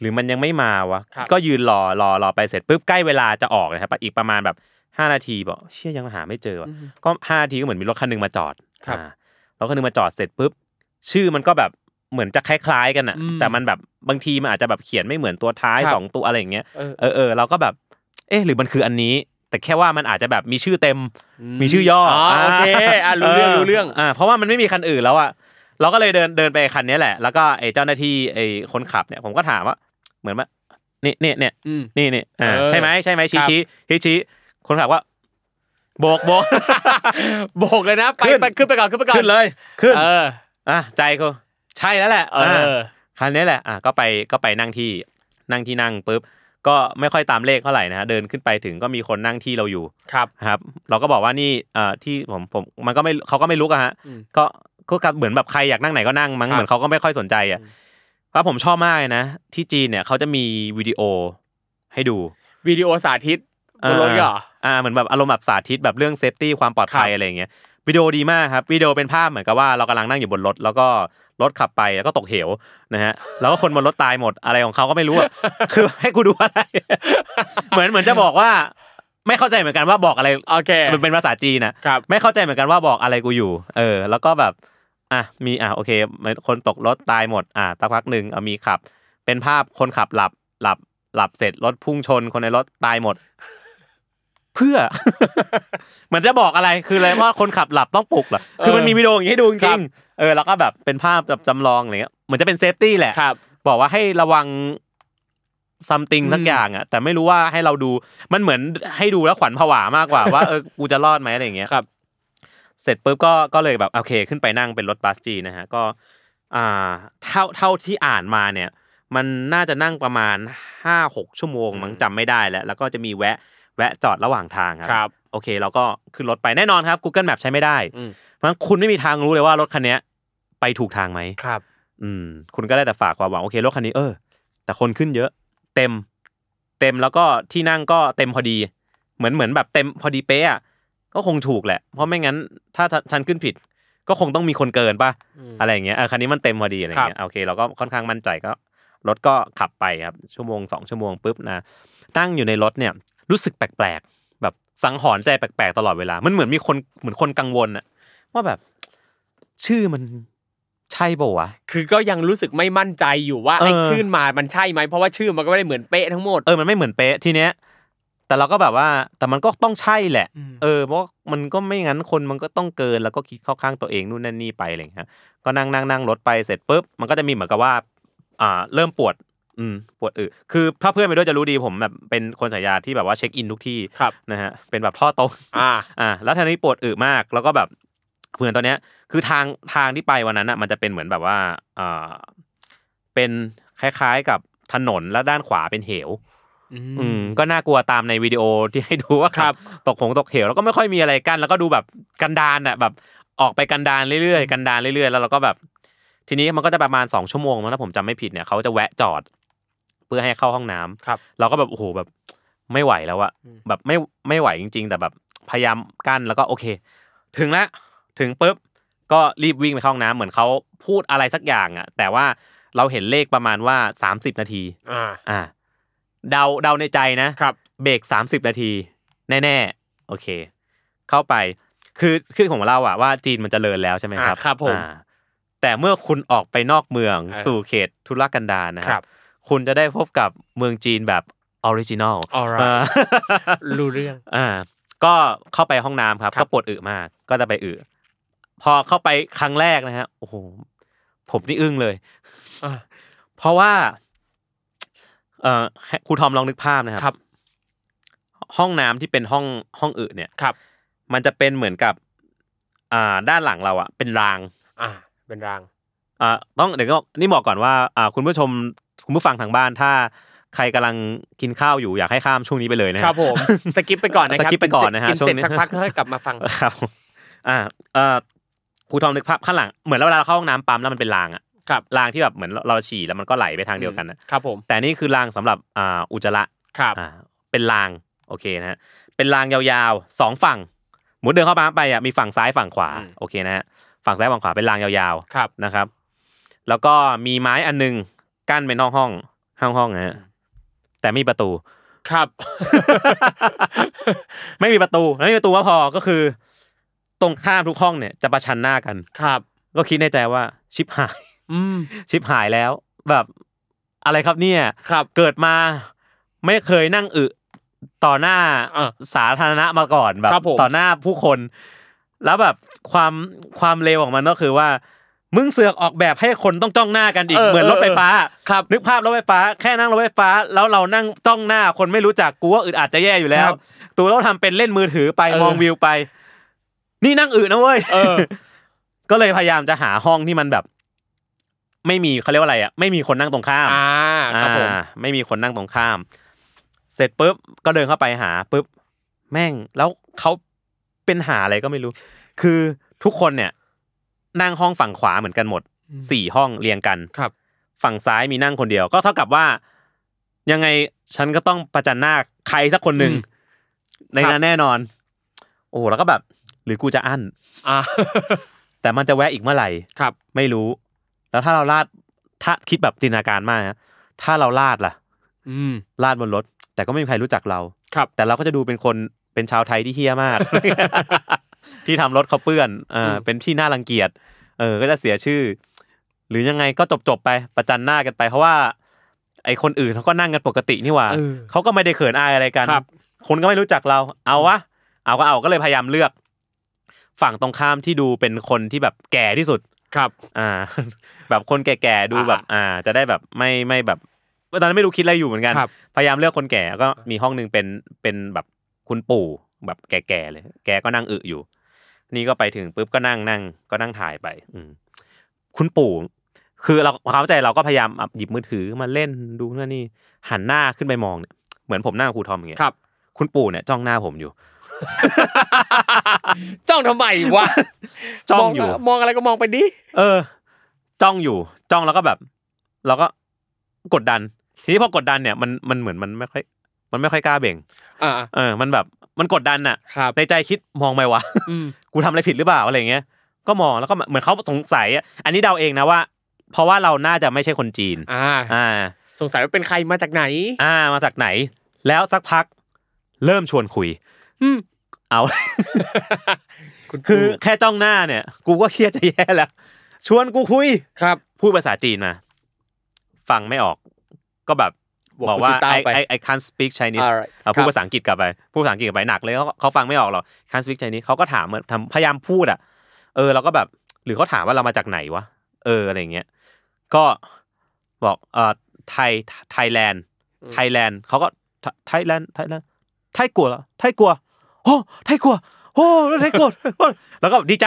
หรือมันยังไม่มาวะ
ครับ
ก็ยืนรอรอรอไปเสร็จปุ๊บใกล้เวลาจะออกนะครับอีกประมาณแบบห้านาทีบอกเชี่ยยังหาไม่เจอวะ
อืม
ก็ห้านาทีก็เหมือนมีรถคันหนึงมาจอด
ครับ
อ่ารถคันหนึงมาจอดเสร็จปุ๊บชื่อมันก็แบบเหมือนจะคล้ายๆกันอ่ะ
อืม
แต่มันแบบบางทีมันอาจจะแบบเขียนไม่เหมือนตัวท้าย
ครับ
สองตัวอะไรอย่างเงี้ย
เออ
เออเออเราก็แบบ เอ๊ะหรือมันคืออันนี้ แต่แค่ว่ามันอาจจะแบบมีชื่อเต็ม
อื
มีชื่อย่อ
อ
อ่า
โอเคอ่ะรู้เรื่องรู้เรื่อง
อ่าเพราะว่ามันไม่มีคันอื่นแล้วอ่ะเราก็เลยเดินเดินไปคันนี้แหละ แล้วก็ไอ้เจ้าหน้าที่ไอ้คนขับเนี่ยผมก็ถามว่า เหมือนว่านี่เนี่ยเนี่ย
อืม
นี่นี่อ่า
เออ
ใช่ไหมใช่ไหมชี้
ครับ
ชี้ชี้ชี้คนขับว่าโบกโบก
โบกเลยนะไป
ขึ้น
ไปขึ้นไปก่อนขึ้นไป ก่อน
ขึ้นเลยขึ้น
เออ
อ่ะใจเขาใช่แล้วแหละ
เออ
คันนี้แหละอ่ะก็ไปก็ไปนั่งที่นั่งที่นั่งปุ๊บก็ไม่ค่อยตามเลขเท่าไหร่นะฮะเดินขึ้นไปถึงก็มีคนนั่งที่เราอยู่
ครับ
นะครับ เราก็บอกว่านี่เอ่อที่ผมผมมันก็ไม่เขาก็ไม่ลุกอะฮะ
อืม
ก็ก็กลับเหมือนแบบใครอยากนั่งไหนก็นั่งมั้ง
ครับ
เหมือนเขาก็ไม่ค่อยสนใจอ่ะแล้วผมชอบมากเลยนะ ที่จีนเนี่ยเขาจะมีวิดีโอให้ดู
วิดีโอสาธิตบนรถเหรอ
อ่าเหมือนแบบอารมณ์แบบสาธิตแบบเรื่องเซฟตี้ความปลอดภัย
ครับ
อะไรอย่างเงี้ยวิดีโอดีมากครับวิดีโอเป็นภาพเหมือนกับว่าเรากำลังนั่งอยู่บนรถ แล้วก็รถขับไปแล้วก็ตกเหวนะฮะแล้วก็คนบนรถตายหมดอะไรของเขาก็ไม่รู้อะ คือให้กูดูอะไร เหมือนเหมือนจะบอกว่า ไม่เข้าใจเหมือนกันว่าบอกอะไร
โอเค
มันเป็นภาษาจีนนะครับ ไม่เข้าใจเหมือนกันว่าบอกอะไรกูอยู่ เออ แล้วก็แบบอ่ะมีอ่ะโอเคมันคนตกรถตายหมดอ่ะสักพักหนึ่งเอามีขับ เป็นภาพคนขับหลับหลับหลับเสร็จรถพุ่งชนคนในรถตายหมด เพื่อ มันจะบอกอะไรคืออะไรว่าคนขับหลับต้องปลุกเหรอคือมันมีวิดีโออย่างนี้ให้ดูจ
ครั
ริ
บ
งๆเออแล้วก็แบบเป็นภาพแบบจำลองอะไรเงี้ยเหมือนจะเป็นเซฟตี้แหละ
ครับ
บอกว่าให้ระวัง something สัก
อืม
อย่างอ่ะ แต่ไม่รู้ว่าให้เราดูมันเหมือนให้ดูแล้วขวัญผวามากกว่า ว่าเออกูจะรอดไหมอะไรอย่างเงี้ย
ครับ
เสร็จปุ๊บก็ก็เลยแบบโอเค ขึ้นไปนั่งเป็นรถบัสจีนนะฮะก็ อ่าเท่าเท่าที่อ่านมาเนี่ย มันน่าจะนั่งประมาณห้าหกชั่วโมงมั้งจำไม่ได้แล้ว แล้วก็จะมีแวะแวะจอดระหว่างทางครั
ครับ
โอเคเราก็ขึ้นรถไปแน่นอนครับ Google Map ใช้ไม่ได้
อืม
เพราะฉะนั้นคุณไม่มีทางรู้เลยว่ารถคันเนี้ยไปถูกทางไหม
ครับ
อืมคุณก็ได้แต่ฝากความหวังโอเครถคันนี้เออ แต่คนขึ้นเยอะ เต็ม เต็มแล้วก็ที่นั่งก็เต็มพอดี เหมือนเหมือนแบบเต็มพอดีเป๊ะอะก็คงถูกแหละ เพราะไม่งั้นถ้าถ้าฉันขึ้นผิด ก็คงต้องมีคนเกินป่ะอะไรอย่างเงี้ยเออคันนี้มันเต็มพอดีอะไรอย่างเงี้ยโอเคเราก็ค่อนข้างมั่นใจก็รถก็ขับไปครับชั่วโมงสองชั่วโมงปุ๊บนะตั้งอยู่ในรถเนี่ยรู้สึกแปลกๆแบบสังหรณ์ใจแปลกๆตลอดเวลามันเหมือนมีคนเหมือนคนกังวลอะว่าแบบ ชื่อมันใช่ป่าวะ
คือก็ยังรู้สึกไม่มั่นใจอยู่ว่า
เออ
ไอ้คลื่นมามันใช่ไหมเพราะว่าชื่อมันก็ไม่ได้เหมือนเป๊ะทั้งหมด
เออ มันไม่เหมือนเป๊ะทีเนี้ย แต่เราก็แบบว่า แต่มันก็ต้องใช่แหละ
อืม
เออ เพราะมันก็ไม่งั้นคนมันก็ต้องเกิน แล้วก็คิดเข้าข้างตัวเองนู่นนั่นนี่ไปอะไรอย่างเงี้ย ก็นั่งนั่งนั่งรถไปเสร็จปุ๊บ มันก็จะมีเหมือนกับว่า อ่า เริ่มปวด อืม ปวดอึ คือถ้าเพื่อนไปด้วยจะรู้ดีผมแบบเป็นคนสายยาที่แบบว่าเช็คอินทุกที่
ครับ
นะฮะ เป็นแบบท่อตรง
อ่า
อ่าแล้วทีนี้ปวดอึมากแล้วก็แบบเพื่อนตอนเนี้ย คือทางทางที่ไปวันนั้นอ่ะมันจะเป็นเหมือนแบบว่าอ่าเป็นคล้ายๆกับถนนแล้วด้านขวาเป็นเหว อืมก็น่ากลัวตามในวิดีโอที่ให้ดูว่า
ค
ค
รั
รับ บตกหงตกเหวแล้วก็ไม่ค่อยมีอะไรกั้นแล้วก็ดูแบบกันดานอ่ะแบบออกไปกันดานเรื่อยๆกันดานเรื่อยๆ แล้วเราก็แบบ ทีนี้มันก็จะประมาณสองชั่วโมงมั้งถ้าผมจำไม่ผิดเนี่ยเขาจะแวะจอด เพื่อให้เข้าห้องน้ำ
ครับ
เราก็แบบโอ้โหแบบไม่ไหวแล้วอะ
อืม
แบบไม่ไม่ไหวจริง ๆ แต่แบบพยายามกั้นแล้วก็โอเค ถึงละถึงปุ๊บก็รีบวิ่งไปเข้าห้องน้ำเหมือนเขาพูดอะไรสักอย่างอะแต่ว่าเราเห็นเลขประมาณว่า 30 นาที
อ่า
อ่า เดาเดาในใจนะครับ เบรก30 นาที แน่ๆโอเค เข้าไป คือคือของเราอะว่าจีนมันจเจริญแล้วใช่ไหมครับ
อ่าครับผม
อ่าแต่เมื่อคุณออกไปนอกเมือง
เออ
สู่เขตธุรกันดารนะ
ค
ค
รั
รับ บ คุณจะได้พบกับเมืองจีนแบบออริจินอล
Alright
รู้
รู้เรื่อง
อ่า ก็เข้าไปห้องน้ำครับ ก็ปวดอึมาก ก็จะไปอึ พอเข้าไปครั้งแรกนะฮะ โอ้โห ผมนี่อึ้งเลย
อ่า
เพราะว่า เอ่อให้ครูทอมลองนึกภาพนะครับ ห้องน้ำที่เป็นห้องห้องอึเนี่ย
ครับ
มันจะเป็นเหมือนกับ อ่า ด้านหลังเราอะเป็นราง
อ่า เป็นราง
อ่าต้องเดี๋ยวก็นี่บอกก่อนว่าอ่าคุณผู้ชมคุณผู้ฟังทางบ้านถ้าใครกำลังกินข้าวอยู่อยากให้ข้ามช่วงนี้ไปเลยนะฮะ
ครับผม สกิปไปก่อนนะครับ
สกิปไปก่อนนะฮะ
กินเสร็จ
ช่วงนี้
สักพักแล้วค่อยกลับมาฟัง
ครับอ่าเอ่อครูทอมนึกภาพข้างหลังเหมือนเวลาเราเข้าห้องน้ำปั๊มแล้วมันเป็นรางอะ
ครับ
รางที่ แบบเหมือนเราฉี่แล้วมันก็ไหลไปทางเดียวกันนะครับ
ผม
แต่นี่คือรางสำหรับอ่าอุจจาระ
ครับ
อ่า เป็นรางโอเคนะฮะเป็นรางยาวๆสองฝั่งหมุนเดินเข้ามาไปอ่ะมีฝั่งซ้ายฝั่งขวา
อืม
โอเคนะฮะฝั่งซ้ายฝั่งขวาเป็นรางยาวๆ
ครับ
นะครับ แล้วก็มีไม้อันหนึงกั้นเป็นห้องห้องห้องห้องนะฮะแต่ไม่มีประตู
ครับ
ไม่มีประตูแล้วไม่มีประตูก็พอก็คือ ตรงข้ามทุกห้องเนี่ยจะประชันหน้ากัน
ครับ
ก็คิดในใจว่าชิปหาย
อืม
ชิปหายแล้ว แบบอะไรครับเนี่ย
ครับ
เกิดมาไม่เคยนั่งอึต่อหน้า
เออ
สาธารณะมาก่อนแบบ
ครับผม
ต่อหน้าผู้คน แล้วแบบความความเลวของมันก็คือว่า มึงเสือกออกแบบให้คนต้องจ้องหน้ากันอีกเหมือนรถไฟฟ้า
ครับ
นึกภาพรถไฟฟ้าแค่นั่งรถไฟฟ้า แล้วเรานั่งจ้องหน้าคนไม่รู้จักกูว่าอึดอัดจะแย่อยู่แล้
คว รับ
ตัวเราทำเป็นเล่นมือถือไป
เออ
มองวิวไป นี่นั่งอึนะเว้ย
เออ
ก็เลยพยายามจะหาห้องที่มันแบบ ไม่มีเขาเรียกว่าอะไรอ่ะไม่มีคนนั่งตรงข้าม
อ่า ครับผม
อ่าไม่มีคนนั่งตรงข้าม เสร็จปุ๊บก็เดินเข้าไปหาปุ๊บแม่งแล้วเขาเป็นหาอะไรก็ไม่รู้ คือทุกคนเนี่ยนั่งห้องฝั่งขวาเหมือนกันหมด
อืม
สี่ห้องเรียงกัน
ครับ
ฝั่งซ้ายมีนั่งคนเดียว ก็เท่ากับว่า ยังไงฉันก็ต้องประจันหน้าใครสักคนหนึ่งในนั้นแน่นอน โอ้โหแล้วก็แบบ หรือกูจะอั้น
อ่า
แต่มันจะแวะอีกเมื่อไหร่
ครับ
ไม่รู้ แล้วถ้าเราลาดถ้าคิดแบบจินตนาการมากนะถ้าเราลาดล่ะ
อืม
ลาดบนรถ แต่ก็ไม่มีใครรู้จักเรา
ครับ
แต่เราก็จะดูเป็นคนเป็นชาวไทยที่เฮี้ย มาก ที่ทำรถเขาเปื้อนเอออ
ม
เป็นที่น่ารังเกียจเออ ก็จะเสียชื่อ หรือยังไงก็จบจบๆไปประจันหน้ากันไป เพราะว่า ไอคนอื่นเขาก็นั่งกันปกตินี่หว่า
เออ
เขาก็ไม่ได้เขินอายอะไรกัน
ครับ
คนก็ไม่รู้จักเรา เอาวะเอาก็เอาก็เลยพยายามเลือก ฝั่งตรงข้ามที่ดูเป็นคนที่แบบแก่ที่สุด
ครับ
อ่า แบบคนแก่ๆดูแบบ อ่า จะได้แบบไม่ไม่แบบตอนนั้นไม่รู้คิดอะไรอยู่เหมือนกัน
ครับ
พยายามเลือกคนแก่ก็มีห้องหนึ่งเป็นเป็นแบบคุณปู่แบบแก่ๆเลย แกก็นั่งอึอยู่ นี่ก็ไปถึงปุ๊บก็นั่งนั่งก็นั่งถ่ายไป อืมคุณปู่ คือเราความเข้าใจเราก็พยายามอ่ะหยิบมือถือมาเล่นดูนู่นนี่ หันหน้าขึ้นไปมองเนี่ยเหมือนผมหน้าครูทอมอย่างเงี้ย
ครับ
คุณปู่เนี่ยจ้องหน้าผมอยู่
จ้องทำไมวะ
จ้องอยู่
มมองอะไรก็มองไปดิ
เออ จ้องอยู่จ้องแล้วก็แบบ เราก็กดดัน ทีนี้พอกดดันเนี่ย มันมันเหมือนมันไม่ค่อย มันไม่ค่อยกล้าเบ่ง
อ่า
เออ มันแบบมันกดดันน่ะ
ครับ
ในใจคิดมองไหมวะ
อืม
กูทำอะไรผิดหรือเปล่าอะไรเงี้ย ก็มองแล้วก็เหมือนเขาสงสัยอะอันนี้เดาเองนะว่า เพราะว่าเราน่าจะไม่ใช่คนจีน
อ่า
อ่า
สงสัยว่าเป็นใครมาจากไหน
อ่า มาจากไหน แล้วสักพัก เริ่มชวนคุย
อืม
เอา
คุณ
คือ
ปู่
แค่จ้องหน้าเนี่ย กูก็เครียดจะแย่แล้ว ชวนกูคุย
ครับ
พูดภาษาจีนมาฟังไม่ออก ก็แบบ
บอก
บอก
กู
ว่า
จิตตาม
I
ไป
I I can't speak Chinese
Alright
เอาพูด
ครับ
ภาษาอังกฤษกลับไปพูดภาษาอังกฤษกลับไปหนักเลยเขาเขาฟังไม่ออกหรอก can't speak Chinese เขาก็ถามเหมือนทำพยายามพูดอ่ะ เออเราก็แบบ หรือเขาถามว่าเรามาจากไหนวะเอออะไรอย่างเงี้ยก็บอกเอ่อไทยไทยแลนด์ไทยแลนด์เขาก็ไทยแลนด์ไทยแลนด์ไทยกัวเหรอไทยกัวโอ้ไทยกัวโอ้ไทยกัวแล้วก็ดีใจ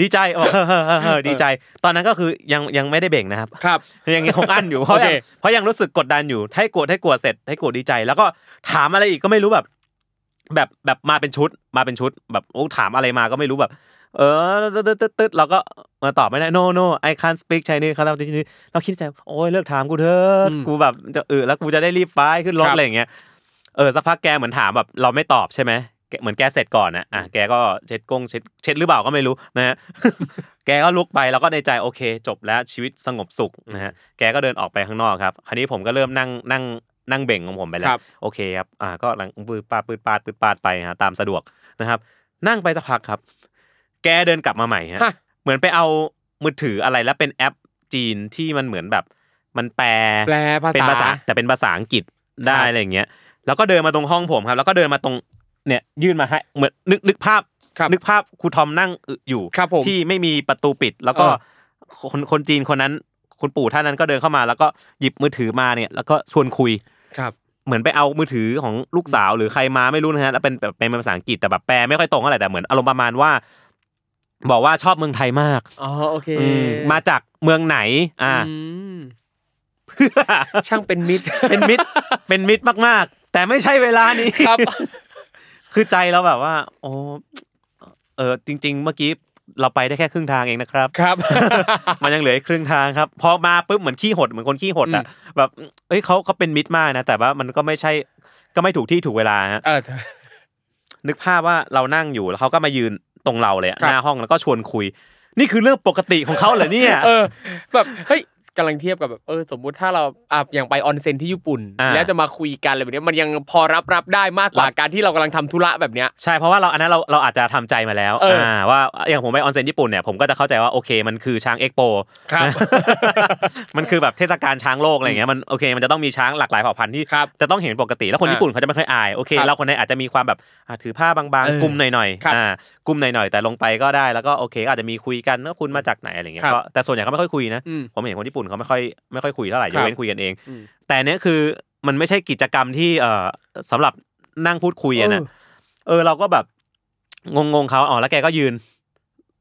ดีใจบอกเฮ้อเฮ้อเฮ้อเฮ้อดีใจ ตอนนั้นก็คือยังยังไม่ได้เบ่งนะครับ
ครับ
ยังคงอั้น อยู่ เพราะ
โอ
ยั
เค
งเพราะยังรู้สึกกดดันอยู่ให้กดให้กลัวเสร็จให้กลัวดีใจ แล้วก็ถามอะไรอีกก็ไม่รู้แบบ แบบแบบมาเป็นชุดมาเป็นชุด แบบโอ้ถามอะไรมาก็ไม่รู้แบบ เออตึ๊ดตึ๊ดตึ๊ดตึ๊ดเราก็มาตอบไม่ได้ no no I can't speak Chinese ครับเราจริงๆเราคิดในใจโอ้ยเลิกถามกูเถอะ
อืม
กูแบบจะเออแล้วกูจะได้รีบไปขึ้นรถ
ครับ
อะไรอย่างเงี้ยเออสักพักแกเหมือนถามแบบ เราไม่ตอบใช่ไหมแกเหมือนแกเสร็จก่อนนะอ่ะแกก็เช็ดกงเช็ดเช็ดหรือเปล่าก็ไม่รู้นะ ฮะ แกก็ลุกไปแล้วก็ในใจโอเค จบแล้วชีวิตสงบสุขนะฮะแกก็เดินออกไปข้างนอกครับ คราวนี้ผมก็เริ่มนั่งนั่งนั่งเบ่งของผมไปแล้
ครั
ว
บ
โอเคครับอ่าก็หลังปืดปาดปืดปาดปืดปาดไปฮะตามสะดวกนะครับ นั่งไปสักพักครับ แกเดินกลับมาใหม่ฮะ
ฮะ
เหมือนไปเอามือถืออะไรแล้วเป็นแอปจีนที่มันเหมือนแบบ มันแปล
แปลภาษา
เป็นภาษาแต่เป็นภาษาอังกฤษได้
ครับ
อะไรอย่างเงี้ยแล้วก็เดินมาตรงห้องผมครับ แล้วก็เดินมาตรงเนี่ยยื่นมาให้เหมือนนึกนึกภาพ
ครับ
นึกภาพครูทอมนั่งอึอยู่
ครับผม
ที่ไม่มีประตูปิด แล้วก็คนคนจีนคนนั้น คุณปู่ท่านนั้นก็เดินเข้ามา แล้วก็หยิบมือถือมาเนี่ยแล้วก็ชวนคุย
ครับ
เหมือนไปเอามือถือของลูกสาวหรือใครมาไม่รู้นะฮะแล้วเป็นแบบเป็นภาษาอังกฤษแต่แบบแปลไม่ค่อยตรงเท่าไหร่แต่เหมือนอารมณ์ประมาณว่า บอกว่าชอบเมืองไทยมาก
อ๋อ โอเค
อืมมาจากเมืองไหน อ่า
อืมช่างเป็นมิตร
เป็นมิตรเป็นมิตรมากๆ แต่ไม่ใช่เวลานี้
ครับ
คือใจเราแบบว่าโอ้เออจริง ๆ เมื่อกี้เราไปได้แค่ครึ่งทางเองนะครับ
ครับ
มันยังเหลืออีกครึ่งทางครับพอมาปุ๊บเหมือนขี้หดเหมือนคนขี้หดอ่ะแบบเอ้ยเขาเขาเป็นมิตรมากนะแต่ว่ามันก็ไม่ใช่ ก็ไม่ถูกที่ถูกเวลาฮะ
เออ
นึกภาพว่าเรานั่งอยู่แล้วเขาก็มายืนตรงเราเลยอะ
ครับ
หน้าห้องแล้วก็ชวนคุย นี่คือเรื่องปกติของเขาเหรอเนี่ย
เออแบบเฮ้ยกำลังเทียบกับแบบเออสมมุติถ้าเราอ่ะอย่างไปออนเซ็นที่ญี่ปุ่น
อ่า
แล้วจะมาคุยกันอะไรแบบเนี้ยมันยังพอรับรับได้มากกว่าการที่เรากำลังทำธุระแบบเนี้ย
ใช่เพราะว่าเราอันนั้นเราเราอาจจะทำใจมาแล้ว
เอออ่
าว่าอย่างผมไปออนเซ็นญี่ปุ่นเนี่ยผมก็จะเข้าใจว่าโอเคมันคือช้างเอ็กโป
ครับ
มันคือแบบเทศกาลช้างโลกอะไรอย่างเงี้ยมันโอเค มันจะต้องมีช้างหลากหลายเผ่าพันธุ์ที่
ครับ
จะต้องเห็นปกติแล้วคน
อ่า
ญี่ปุ่นเขาจะไม่ค่อยอายโอเค
ครับ
เราคนไทยอาจจะมีความแบบอ่ะถือผ้าบาง
เออ
ๆกลุ่มหน่อย
ครับ
ๆอ่ากลุ่มหน่อยๆแต่ลงไปก็ได้แล้วก็โอเคก็อาจจะมีคุยกันว่าคุณมาจากไหนอะไรเงี้ย
ครับ
ก็แต่ส่วนใหญ่เขาไม่ค่อยคุยนะ
อืม
ผมเห็นคนญี่ปุ่นเขาไม่ค่อยไม่ค่อยคุยเท่าไหร่
ค
ย
รับ
กเว้นคุยกันเอง
อืม
แต่เนี้ยคือมันไม่ใช่กิจกรรมที่เอ่อสำหรับนั่งพูดคุยอะนะ เออเราก็แบบงงๆเขาอ๋อแล้วแกก็ยืน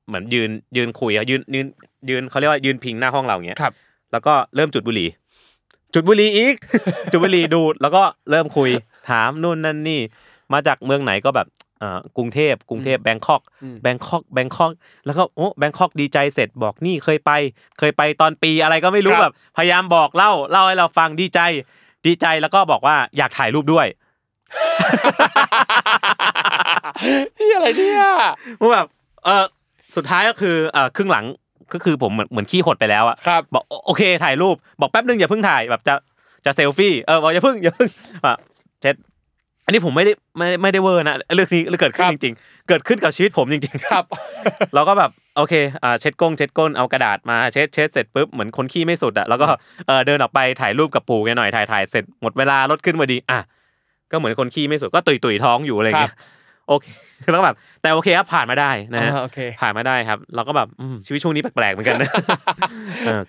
เหมือนยืนยืนคุยอะยืนยืนยืนเขาเรียกว่ายืนพิงหน้าห้องเราอย่างเงี้ย
ครับ
แล้วก็เริ่มจุดบุหรี่ จุดบุหรี่อีก จุดบุหรี่ดูดแล้วก็เริ่มคุย ถามนู่นนั่นนี่ มาจากเมืองไหนก็แบบเอ่อกรุงเทพกรุงเทพแบงคอก
อืม
แบงคอกแบงคอก แล้วก็โอ้แบงคอกดีใจเสร็จบอกนี่เคยไป เคยไปตอนปีอะไรก็ไม่รู้แบบ พยายามบอกเล่าเล่าให้เราฟังดีใจ ดีใจแล้วก็บอกว่าอยากถ่ายรูปด้วย
นี่อะไรเนี่ย
ว่าแบบเออสุดท้ายก็คือเออครึ่งหลังก็คือผมเหมือนเหมือนขี้หดไปแล้วอะ
ครับ
บอกโอโอเคถ่ายรูปบอกแป๊บนึงอย่าเพิ่งถ่ายแบบจะจะเซลฟี่เออบอกอย่าเพิ่งอย่าเพิ่งอ่ะเช็ดอันนี้ผมไม่ได้ไม่ไม่ได้เวอร์นะเรื่องนี้เกิดขึ้
ค
น
รับ
จริง ๆ เกิดขึ้นกับชีวิตผมจริงๆ
ครับ
เราก็แบบโอเคอ่าเช็ดก้งเช็ดก้นเอากระดาษมาเช็ดเช็ดเสร็จปุ๊บเหมือนคนขี้ไม่สุดอะแล้วก็เออเดินออกไปถ่ายรูปกับปู่แกหน่อยถ่ายถ่ายเสร็จหมดเวลารถขึ้นมาดีอ่ะก็เหมือนคนขี้ไม่สุดก็ตุยตุยท้องอยู่อะไรอย่างเงี้ยโอเค แล้วก็แบบแต่โอเคครับผ่านมาได้นะฮะ
อ่าโอเค
ผ่านมาได้ครับ เราก็แบบอืมชีวิตช่วงนี้แปลกๆเหมือนกันนะ เออ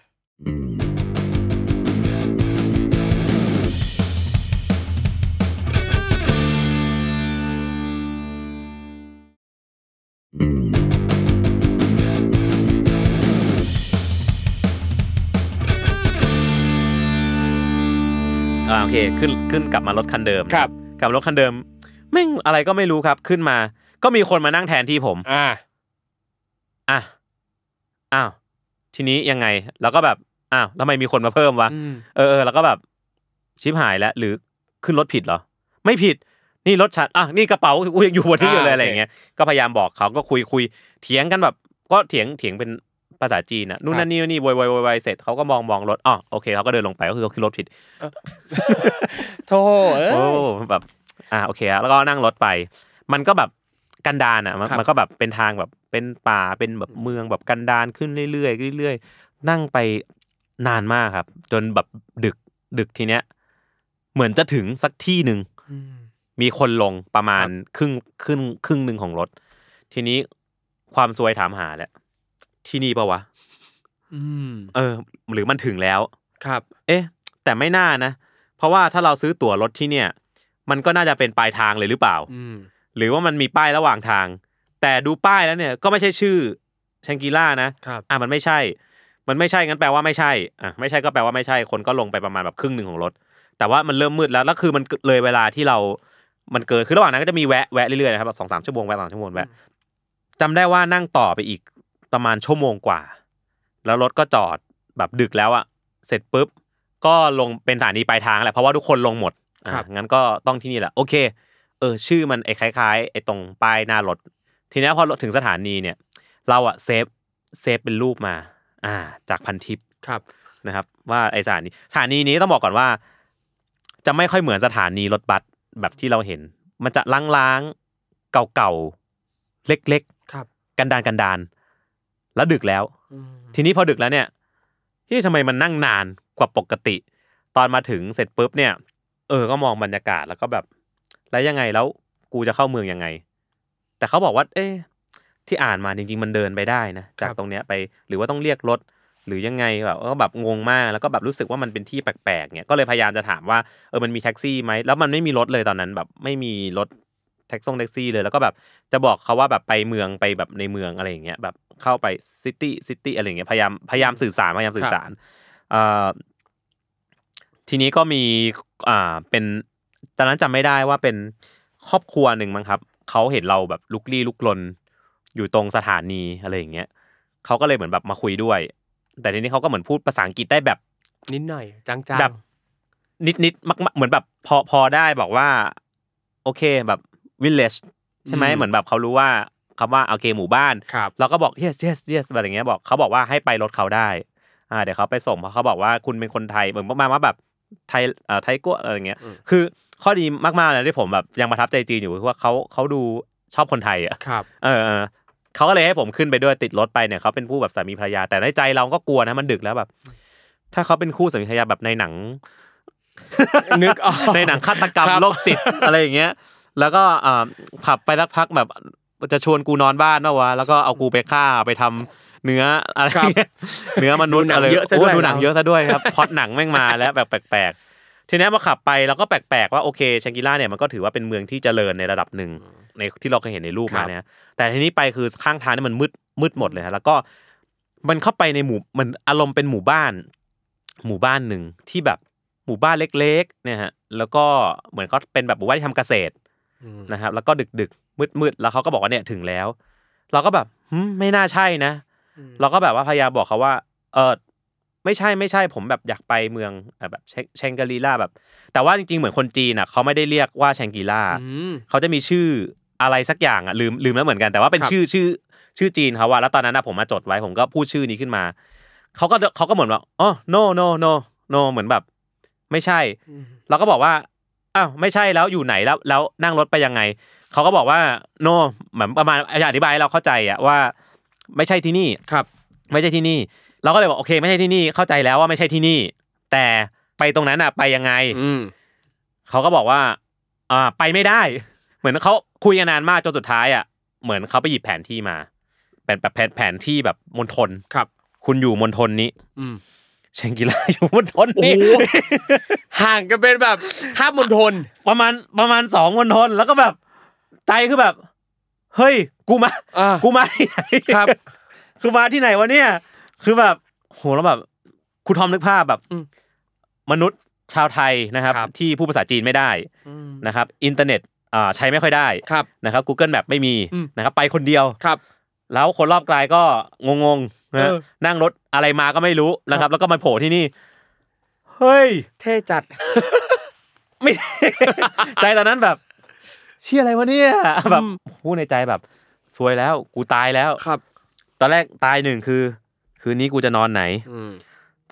อ่าโอเคขึ้นขึ้นกลับมารถคันเดิม
ครับ
กลับมารถคันเดิมแม่งอะไรก็ไม่รู้ครับขึ้นมา ก็มีคนมานั่งแทนที่ผม
อ่า
อ่ะ อ้าว ทีนี้ยังไง เราก็แบบ อ้าวแล้วทำไมมีคนมาเพิ่มวะ
อืม
เออเออเราก็แบบ ชิบหายแล้ว หรือขึ้นรถผิดเหรอ ไม่ผิด นี่รถฉันอ่ะ นี่กระเป๋ากูยังอยู่บนนี้อยู่เลย
อ่า
อะไรอย่างเงี้ย ก็พยายามบอกเขาก็คุยคุย เถียงกันแบบ ก็เถียงเถียงเป็นภาษาจีนอะนู่
ค
น
รับ
นั่นนี่นู่นนี่โวยวายโวยวายเสร็จเขาก็มองมองรถ อ๋อ โอเคเขาก็เดินลงไปก็คือเขาขึ้นรถผิด
โทเอ้ย
โอ้แบบอ่าโอเคอะแล้วก็นั่งรถไป มันก็แบบกันดานอ่ะมัน
ครับ
มันก็แบบเป็นทางแบบเป็นป่าเป็นแบบเมืองแบบกันดานขึ้นเรื่อยๆเรื่อยๆนั่งไปนานมากครับ จนแบบดึกดึกทีเนี้ย เหมือนจะถึงสักที่หนึ่งมีคนลงประมาณ
ครับ
ครึ่งครึ่งครึ่งหนึ่งของรถ ทีนี้ความซวยถามหาแหละที่นี่ปะวะ
อืม
เออ หรือมันถึงแล้ว
ครับ
เอ๊ะ แต่ไม่น่านะ เพราะว่าถ้าเราซื้อตั๋วรถที่เนี่ย มันก็น่าจะเป็นปลายทางเลยหรือเปล่า
อืม
หรือว่ามันมีป้ายระหว่างทาง แต่ดูป้ายแล้วเนี่ยก็ไม่ใช่ชื่อแชงกีล่านะครับ อ่ะมันไม่ใช่ มันไม่ใช่งั้นแปลว่าไม่ใช่อ่ะไม่ใช่ก็แปลว่าไม่ใช่คนก็ลงไปประมาณแบบครึ่งหนึ่งของรถ แต่ว่ามันเริ่มมืดแล้วแล้วคือมันเลยเวลาที่เรา มันเกินคือระหว่างนั้นก็จะมีแวะแวะเรื่อยๆนะครับแบบสองสามชั่วโมงแวะสองชั่วโมงแวะจำได้ว่านั่งต่อไปอีกประมาณชั่วโมงกว่า แล้วรถก็จอดแบบดึกแล้วอะเสร็จปุ๊บก็ลงเป็นสถานีปลายทางแหละเพราะว่าทุกคนลงหมดอ่ะ
ครับ
งั้นก็ต้องที่นี่แหละโอเค เออชื่อมันไอ้คล้ายๆไอ้ตรงป้ายหน้ารถ ทีเนี้ยพอถึงสถานีเนี่ย เราอะเซฟเซฟเป็นรูปมา อ่า จากพันทิป
ครับ
นะครับว่าไอสถานีสถานีนี้ต้องบอกก่อนว่า จะไม่ค่อยเหมือนสถานีรถบัสแบบที่เราเห็น มันจะล้างๆเก่าๆเล็ก
ครับ
ๆ กันดานกันดานแล้วดึกแล้ว
อืม
ทีนี้พอดึกแล้วเนี่ยที่ทำไมมันนั่งนานกว่าปกติ ตอนมาถึงเสร็จปุ๊บเนี่ย เออก็มองบรรยากาศแล้วก็แบบ แล้วยังไงแล้วกูจะเข้าเมืองยังไง แต่เขาบอกว่า เอ๊ะที่อ่านมาจริง ๆ มันเดินไปได้นะจากตรงเนี้ยไป หรือว่าต้องเรียกรถ หรือยังไงแบบก็แบบงงมากแล้วก็แบบรู้สึกว่ามันเป็นที่แปลกๆเนี่ยก็เลยพยายามจะถามว่าเออมันมีแท็กซี่ไหมแล้วมันไม่มีรถเลยตอนนั้นแบบไม่มีรถแท็กซงแท็กซี่เลยแล้วก็แบบจะบอกเขาว่าแบบไปเมืองไปแบบในเมืองอะไรอย่างเงี้ยแบบเข้าไปซิตี้ซิตี้อะไรอย่างเงี้ยพยายามพยายามสื่อสารพยายามสื่อสารเอ่อทีนี้ก็มีอ่าเป็นตอนนั้นจำไม่ได้ว่าเป็นครอบครัวหนึ่งมั้งครับเขาเห็นเราแบบลุกลี้ลุกลนอยู่ตรงสถานีอะไรอย่างเงี้ยเขาก็เลยเหมือนแบบมาคุยด้วย แต่ทีนี้เขาก็เหมือนพูดภาษาอังกฤษได้แบบ
นิดหน่อยจางๆ
แบบ นิดนิดๆมากๆเหมือนแบบพอพอได้บอกว่า โอเคแบบวิลเลจใช่ไหม
อืม
เหมือนแบบเขารู้ว่าคำว่าโอเคหมู่บ้าน
ครับ
เราก็บอก yes yes yes แบบอย่างเงี้ยบอกเขาบอกว่าให้ไปรถเขาได้อ่าเดี๋ยวเขาไปส่งเพราะเขาบอกว่าคุณเป็นคนไทยเหมือนประมาณว่าแบบไทยเอ่อไทยกัวอะไรอย่างเงี้ย
อืม
คือข้อดีมากๆเลยที่ผมแบบยังประทับใจจีนอยู่คือว่าเขาเขาดูชอบคนไทยอ่ะ
ครับ
เออเออเขาก็เลยให้ผมขึ้นไปด้วยติดรถไปเนี่ยเขาเป็นผู้แบบสามีภรรยา แต่ในใจเราก็กลัวนะมันดึกแล้วแบบ ถ้าเขาเป็นคู่สามีภรรยาแบบในหนัง
นึกออก
ในหนังฆาตกรรม
ครับ
โรคจิต อะไรอย่างเงี้ย แล้วก็เอ่อขับไปสักพักแบบจะชวนกูนอนบ้านนะวะแล้วก็เอากูไปฆ่าไปทำเนื้ออะไรเงี้ยเนื้อมนุษย์
ดูหนัง
อะไร
เยอะซะ
โอ้
ด้วย
ดูหนัง
เรา
เยอะซะด้วยครับ พล็อดหนังแม่งมาแล้วแบบแปลกๆ ทีเนี้ยพอขับไปเราก็แปลกๆว่าโอเคชังกิล่าเนี่ยมันก็ถือว่าเป็นเมืองที่เจริญในระดับหนึ่งในที่เราเคยเห็นในรูปมาเนี่ยแต่ทีนี้ไปคือข้างทางเนี่ยมันมืดมืดหมดเลยฮะแล้วก็มันเข้าไปในหมู่มันอารมณ์เป็นหมู่บ้าน หมู่บ้านหนึ่งที่แบบหมู่บ้านเล็กๆเนี่ยฮะแล้วก็เหมือนเขาเป็นแบบหมู่บ้านที่ทำเกษตร
อืม
นะครับ แล้วก็ดึกๆมืดๆแล้วเขาก็บอกว่าเนี่ยถึงแล้ว เราก็แบบหึไม่น่าใช่นะ เราก็แบบว่าพยายามบอกเขาว่า เออไม่ใช่ไม่ใช่ผมแบบอยากไปเมืองเอ่อแบบเชเชงกรีล่าแบบ แต่ว่าจริงๆเหมือนคนจีนอ่ะเขาไม่ได้เรียกว่าแชงกรีล่า
อืม
เขาจะมีชื่ออะไรสักอย่างอ่ะลืมลืมแล้วเหมือนกันแต่ว่าเป็น
ครับ
ชื่อชื่อชื่อจีนเขาว่าแล้วตอนนั้นอะผมมาจดไว้ผมก็พูดชื่อนี้ขึ้นมาเขาก็เขาก็เหมือนว่าอ๋อ no no no no เหมือนแบบ ไม่ใช่ เราก็บอกว่า อ้าว ไม่ใช่แล้วอยู่ไหนแล้ว แล้วนั่งรถไปยังไง เขาก็บอกว่า โนเหมือนประมาณอธิบายให้เราเข้าใจอะว่า ไม่ใช่ที่นี่
ครับ
ไม่ใช่ที่นี่ เราก็เลยบอกโอเค ไม่ใช่ที่นี่ เข้าใจแล้วว่าไม่ใช่ที่นี่ แต่ไปตรงนั้นอะไปยังไง
อืม
เขาก็บอกว่า อ่า ไปไม่ได้ เหมือนเขาคุยกันนานมากจนสุดท้ายอ่ะ เหมือนเขาไปหยิบแผนที่มา เป็นแบบแผนแผนที่แบบมณฑล
ครับ
คุณอยู่มณฑลนี้
อืม
เชงกิล่าอยู่มณฑล
โอ้
นี้
โหห่างกันเป็นแบบข้ามมณฑล
ประมาณประมาณสองมณฑลแล้วก็แบบ ใจคือแบบ เฮ้ย กูมา
อ่ากู
กูมาที่ไหน
ครับ
คือมาที่ไหนวะเนี่ย คือแบบโหแล้วแบบคุณทอมนึกภาพแบบ
อืม
มนุษย์ชาวไทยนะครับ
ครับ
ที่พูดภาษาจีนไม่ได้นะครับ อินเทอร์เน็ตอ่าใช้ไม่ค่อยได้
ครับ
นะครับ Google Map ไม่มี
อืม
นะครับ ไปคนเดียว
ครับ
แล้วคนรอบกายก็งงๆนะ
เออ
นั่งรถอะไรมาก็ไม่รู้นะครับ แล้วก็มาโผล่ที่นี่ เฮ้ย
เท่จัด
ไม่ ใจตอนนั้นแบบ เชี่ยอะไรวะเนี่ยแบบพูดในใจแบบซวยแล้ว กูตายแล้ว
ครับ
ตอนแรกตายหนึ่งคือ คืนนี้กูจะนอนไหน
อืม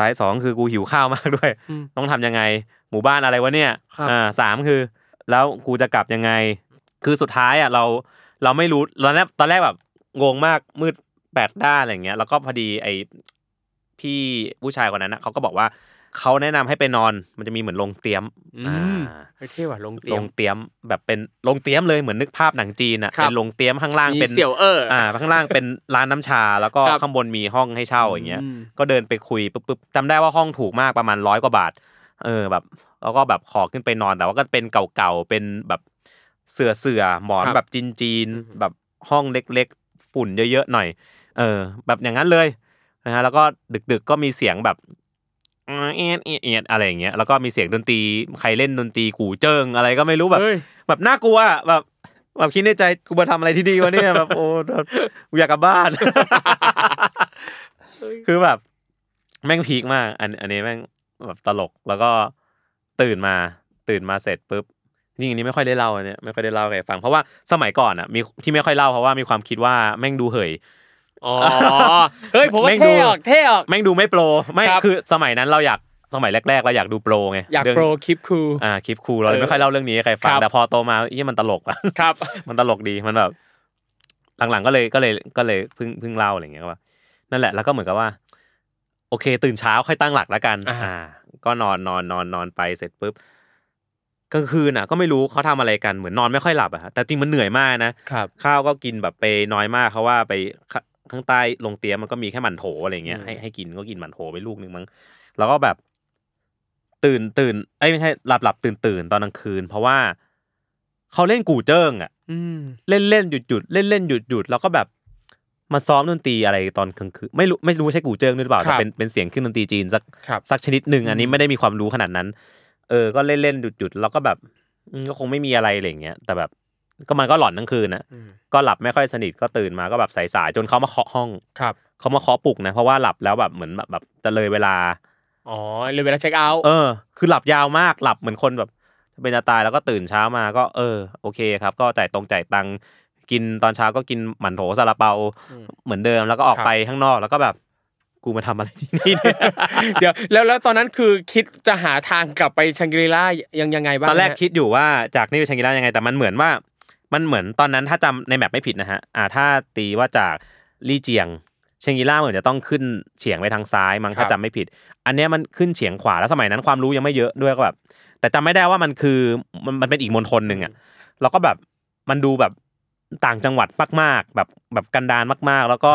ตายสองคือกูหิวข้าวมากด้วย
อืม
ต้องทำยังไง หมู่บ้านอะไรวะเนี่ย
ครับ
อ่าสามคือ แล้วกูจะกลับยังไง คือสุดท้ายอ่ะเราเราไม่รู้ตอนแรกตอนแรกแบบงงมากมืดแปดด้านอะไรเงี้ย แล้วก็พอดีไอพี่ผู้ชายคนนั้นนะเขาก็บอกว่าเขาแนะนำให้ไปนอน มันจะมีเหมือนโรงเตรียม
อืม
อ่า
เท่ว่ะลงเตี
ล
ยง
งเตรียมแบบเป็นลงเตรียมเลยเหมือนนึกภาพหนังจีนอ่ะ
ครับ
เป็นลงเตรียมข้างล่าง
มี
เป็น
เสี่ยวเออ
อ่าข้างล่างเป็นร้านน้ำชา แล้วก็
ครับ
ข้างบนมีห้องให้เช่าอย่างเงี้ย
อืม
ก็เดินไปคุยปุ๊บปุ๊บจำได้ว่าห้องถูกมากประมาณร้อยกว่าบาท เออแบบแล้วก็แบบขอขึ้นไปนอนแต่ว่าก็เป็นเก่าๆเป็นแบบเสือเสือหมอน
ครับ
แบบจีนๆแบบห้องเล็กๆฝุ่นเยอะๆหน่อย เออ แบบอย่างนั้นเลยนะฮะแล้วก็ดึกๆก็มีเสียงแบบเอียดเอียดเอียดอะไรอย่างเงี้ยแล้วก็มีเสียงดนตรีใครเล่นดนตรีกูเจิงอะไรก็ไม่รู้แบบ
เฮ้ย
แบบน่ากลัวอะแบบแบบคิดในใจกูมาทำอะไรที่ดีวะเนี่ยแบบโอ้แบบกูอยากกลับ บ้าน คือแบบ แม่งพีคมาก อันอันนี้แม่งแบบตลกแล้วก็ตื่นมา ตื่นมาเสร็จปุ๊บจริงๆอันนี้ไม่ค่อยได้เล่าอันเนี่ยไม่ค่อยได้เล่าให้ใครฟังเพราะว่าสมัยก่อนอ่ะมีที่ไม่ค่อยเล่าเพราะว่ามีความคิดว่าแม่งดูเหย
อ๋อ เฮ้ย ผมว่า
แม่งดู
เท่ออกเท่ออก
แม่งดูไม่โปรไม่
ครับ
คือสมัยนั้นเราอยากสมัยแรก ๆ เราอยากดูโปรไง
อยาก
เง
โปรคลิปครู
อ่าคลิปครูเราเลยไม่ค่อยเล่าเรื่องนี้ให้ใครฟั
ค
ง
รับ
แต่พอโตมาเอ้ยมันตลกอะ
ครับ
มันตลกดีมันแบบหลังๆก็เลยก็เลยก็เลยเพิ่งเพิ่งเล่าอะไรอย่างเงี้ยว่า นั่นแหละแล้วก็เหมือนกับว่า โอเค ตื่นเช้าค่อยตั้งหลักแล้วกัน
อ่า
ก็นอนนอนนอนนอนไปเสร็จปุ๊บกลางคืนน่ะ ก็ไม่รู้เขาทำอะไรกันเหมือนนอนไม่ค่อยหลับอะฮะแต่จริงมันเหนื่อยมากนะครับ ข้าวก็กินแบบไปน้อยมากเขาว่าไปข้าข้างใต้ลงเตียมมันก็มีแค่หมันโถอะไรเงี้ย
อืม
ให้ให้กินก็กินหมันโถไปลูกนึงมั้งแล้วก็แบบ ตื่นตื่นเอ้ยไม่ใช่หลับหลับตื่นตื่นตอนกลางคืน เพราะว่าเขาเล่นกูเจิ้งอะ
อืม
เล่นเล่นหยุดหยุดเล่นเล่นหยุดหยุดแล้วก็แบบมาซ้อมดนตรีอะไรตอนกลางคืนไม่รู้ไม่รู้ใช่กูเจิงด้วยหรือเปล่า
ครั
แต่
บ
เป็นเป็นเสียงขึ้นดนตรีจีนสัก
ครับ
สักชนิดหนึ่งอันนี้
อืม
ไม่ได้มีความรู้ขนาดนั้น เออ ก็เล่นเล่นหยุดหยุดแล้วก็แบบอืมก็คงไม่มีอะไรอะไรอย่างเงี้ยแต่แบบก็มันก็หลอนทั้งคืนนะ
อืม
ก็หลับไม่ค่อยสนิทก็ตื่นมาก็แบบสายๆจนเขามาเคาะห้อง
ครับ
เขามาเคาะปลุกนะเพราะว่าหลับแล้วแบบเหมือนแบบแบบจะเลยเวลา
อ๋อเลยเวลาเช็คเอาท์
เออ คือหลับยาวมากหลับเหมือนคนแบบเป็นจะตายแล้วก็ตื่นเช้ามาก็เออโอเคครับ ก็จ่ายตรงจ่ายตังค์กินตอนเช้าก็กินหมันโถซาลาเปาเหมือนเดิมแล้วก็ออกไปข้างนอกแล้วก็แบบกูมาทำอะไรที่นี่เนี่ย
เดี๋ยวแล้วแล้วตอนนั้นคือคิดจะหาทางกลับไปชังกรีล่ายังยังไงบ้าง
ตอนแรก
ฮะ
คิดอยู่ว่าจากนี่ไปชังกิล่ายังไงแต่มันเหมือนว่า มันเหมือนตอนนั้นถ้าจำในแมปไม่ผิดนะฮะอ่าถ้าตีว่าจากลี่เจียงเชยงกิล่าเหมือนจะต้องขึ้นเฉียงไปทางซ้ายมั้ง
ครับ
ถ้าจำไม่ผิด อันเนี้ยมันขึ้นเฉียงขวาแล้วสมัยนั้นความรู้ยังไม่เยอะด้วยก็แบบแต่จำไม่ได้ว่ามันคือมันมันเป็นอีกมณฑลหนึ่งอ่ะเราก็แบบมันดูแบบต่างจังหวัดมากๆ แบบแบบกันดารมากๆ แล้วก็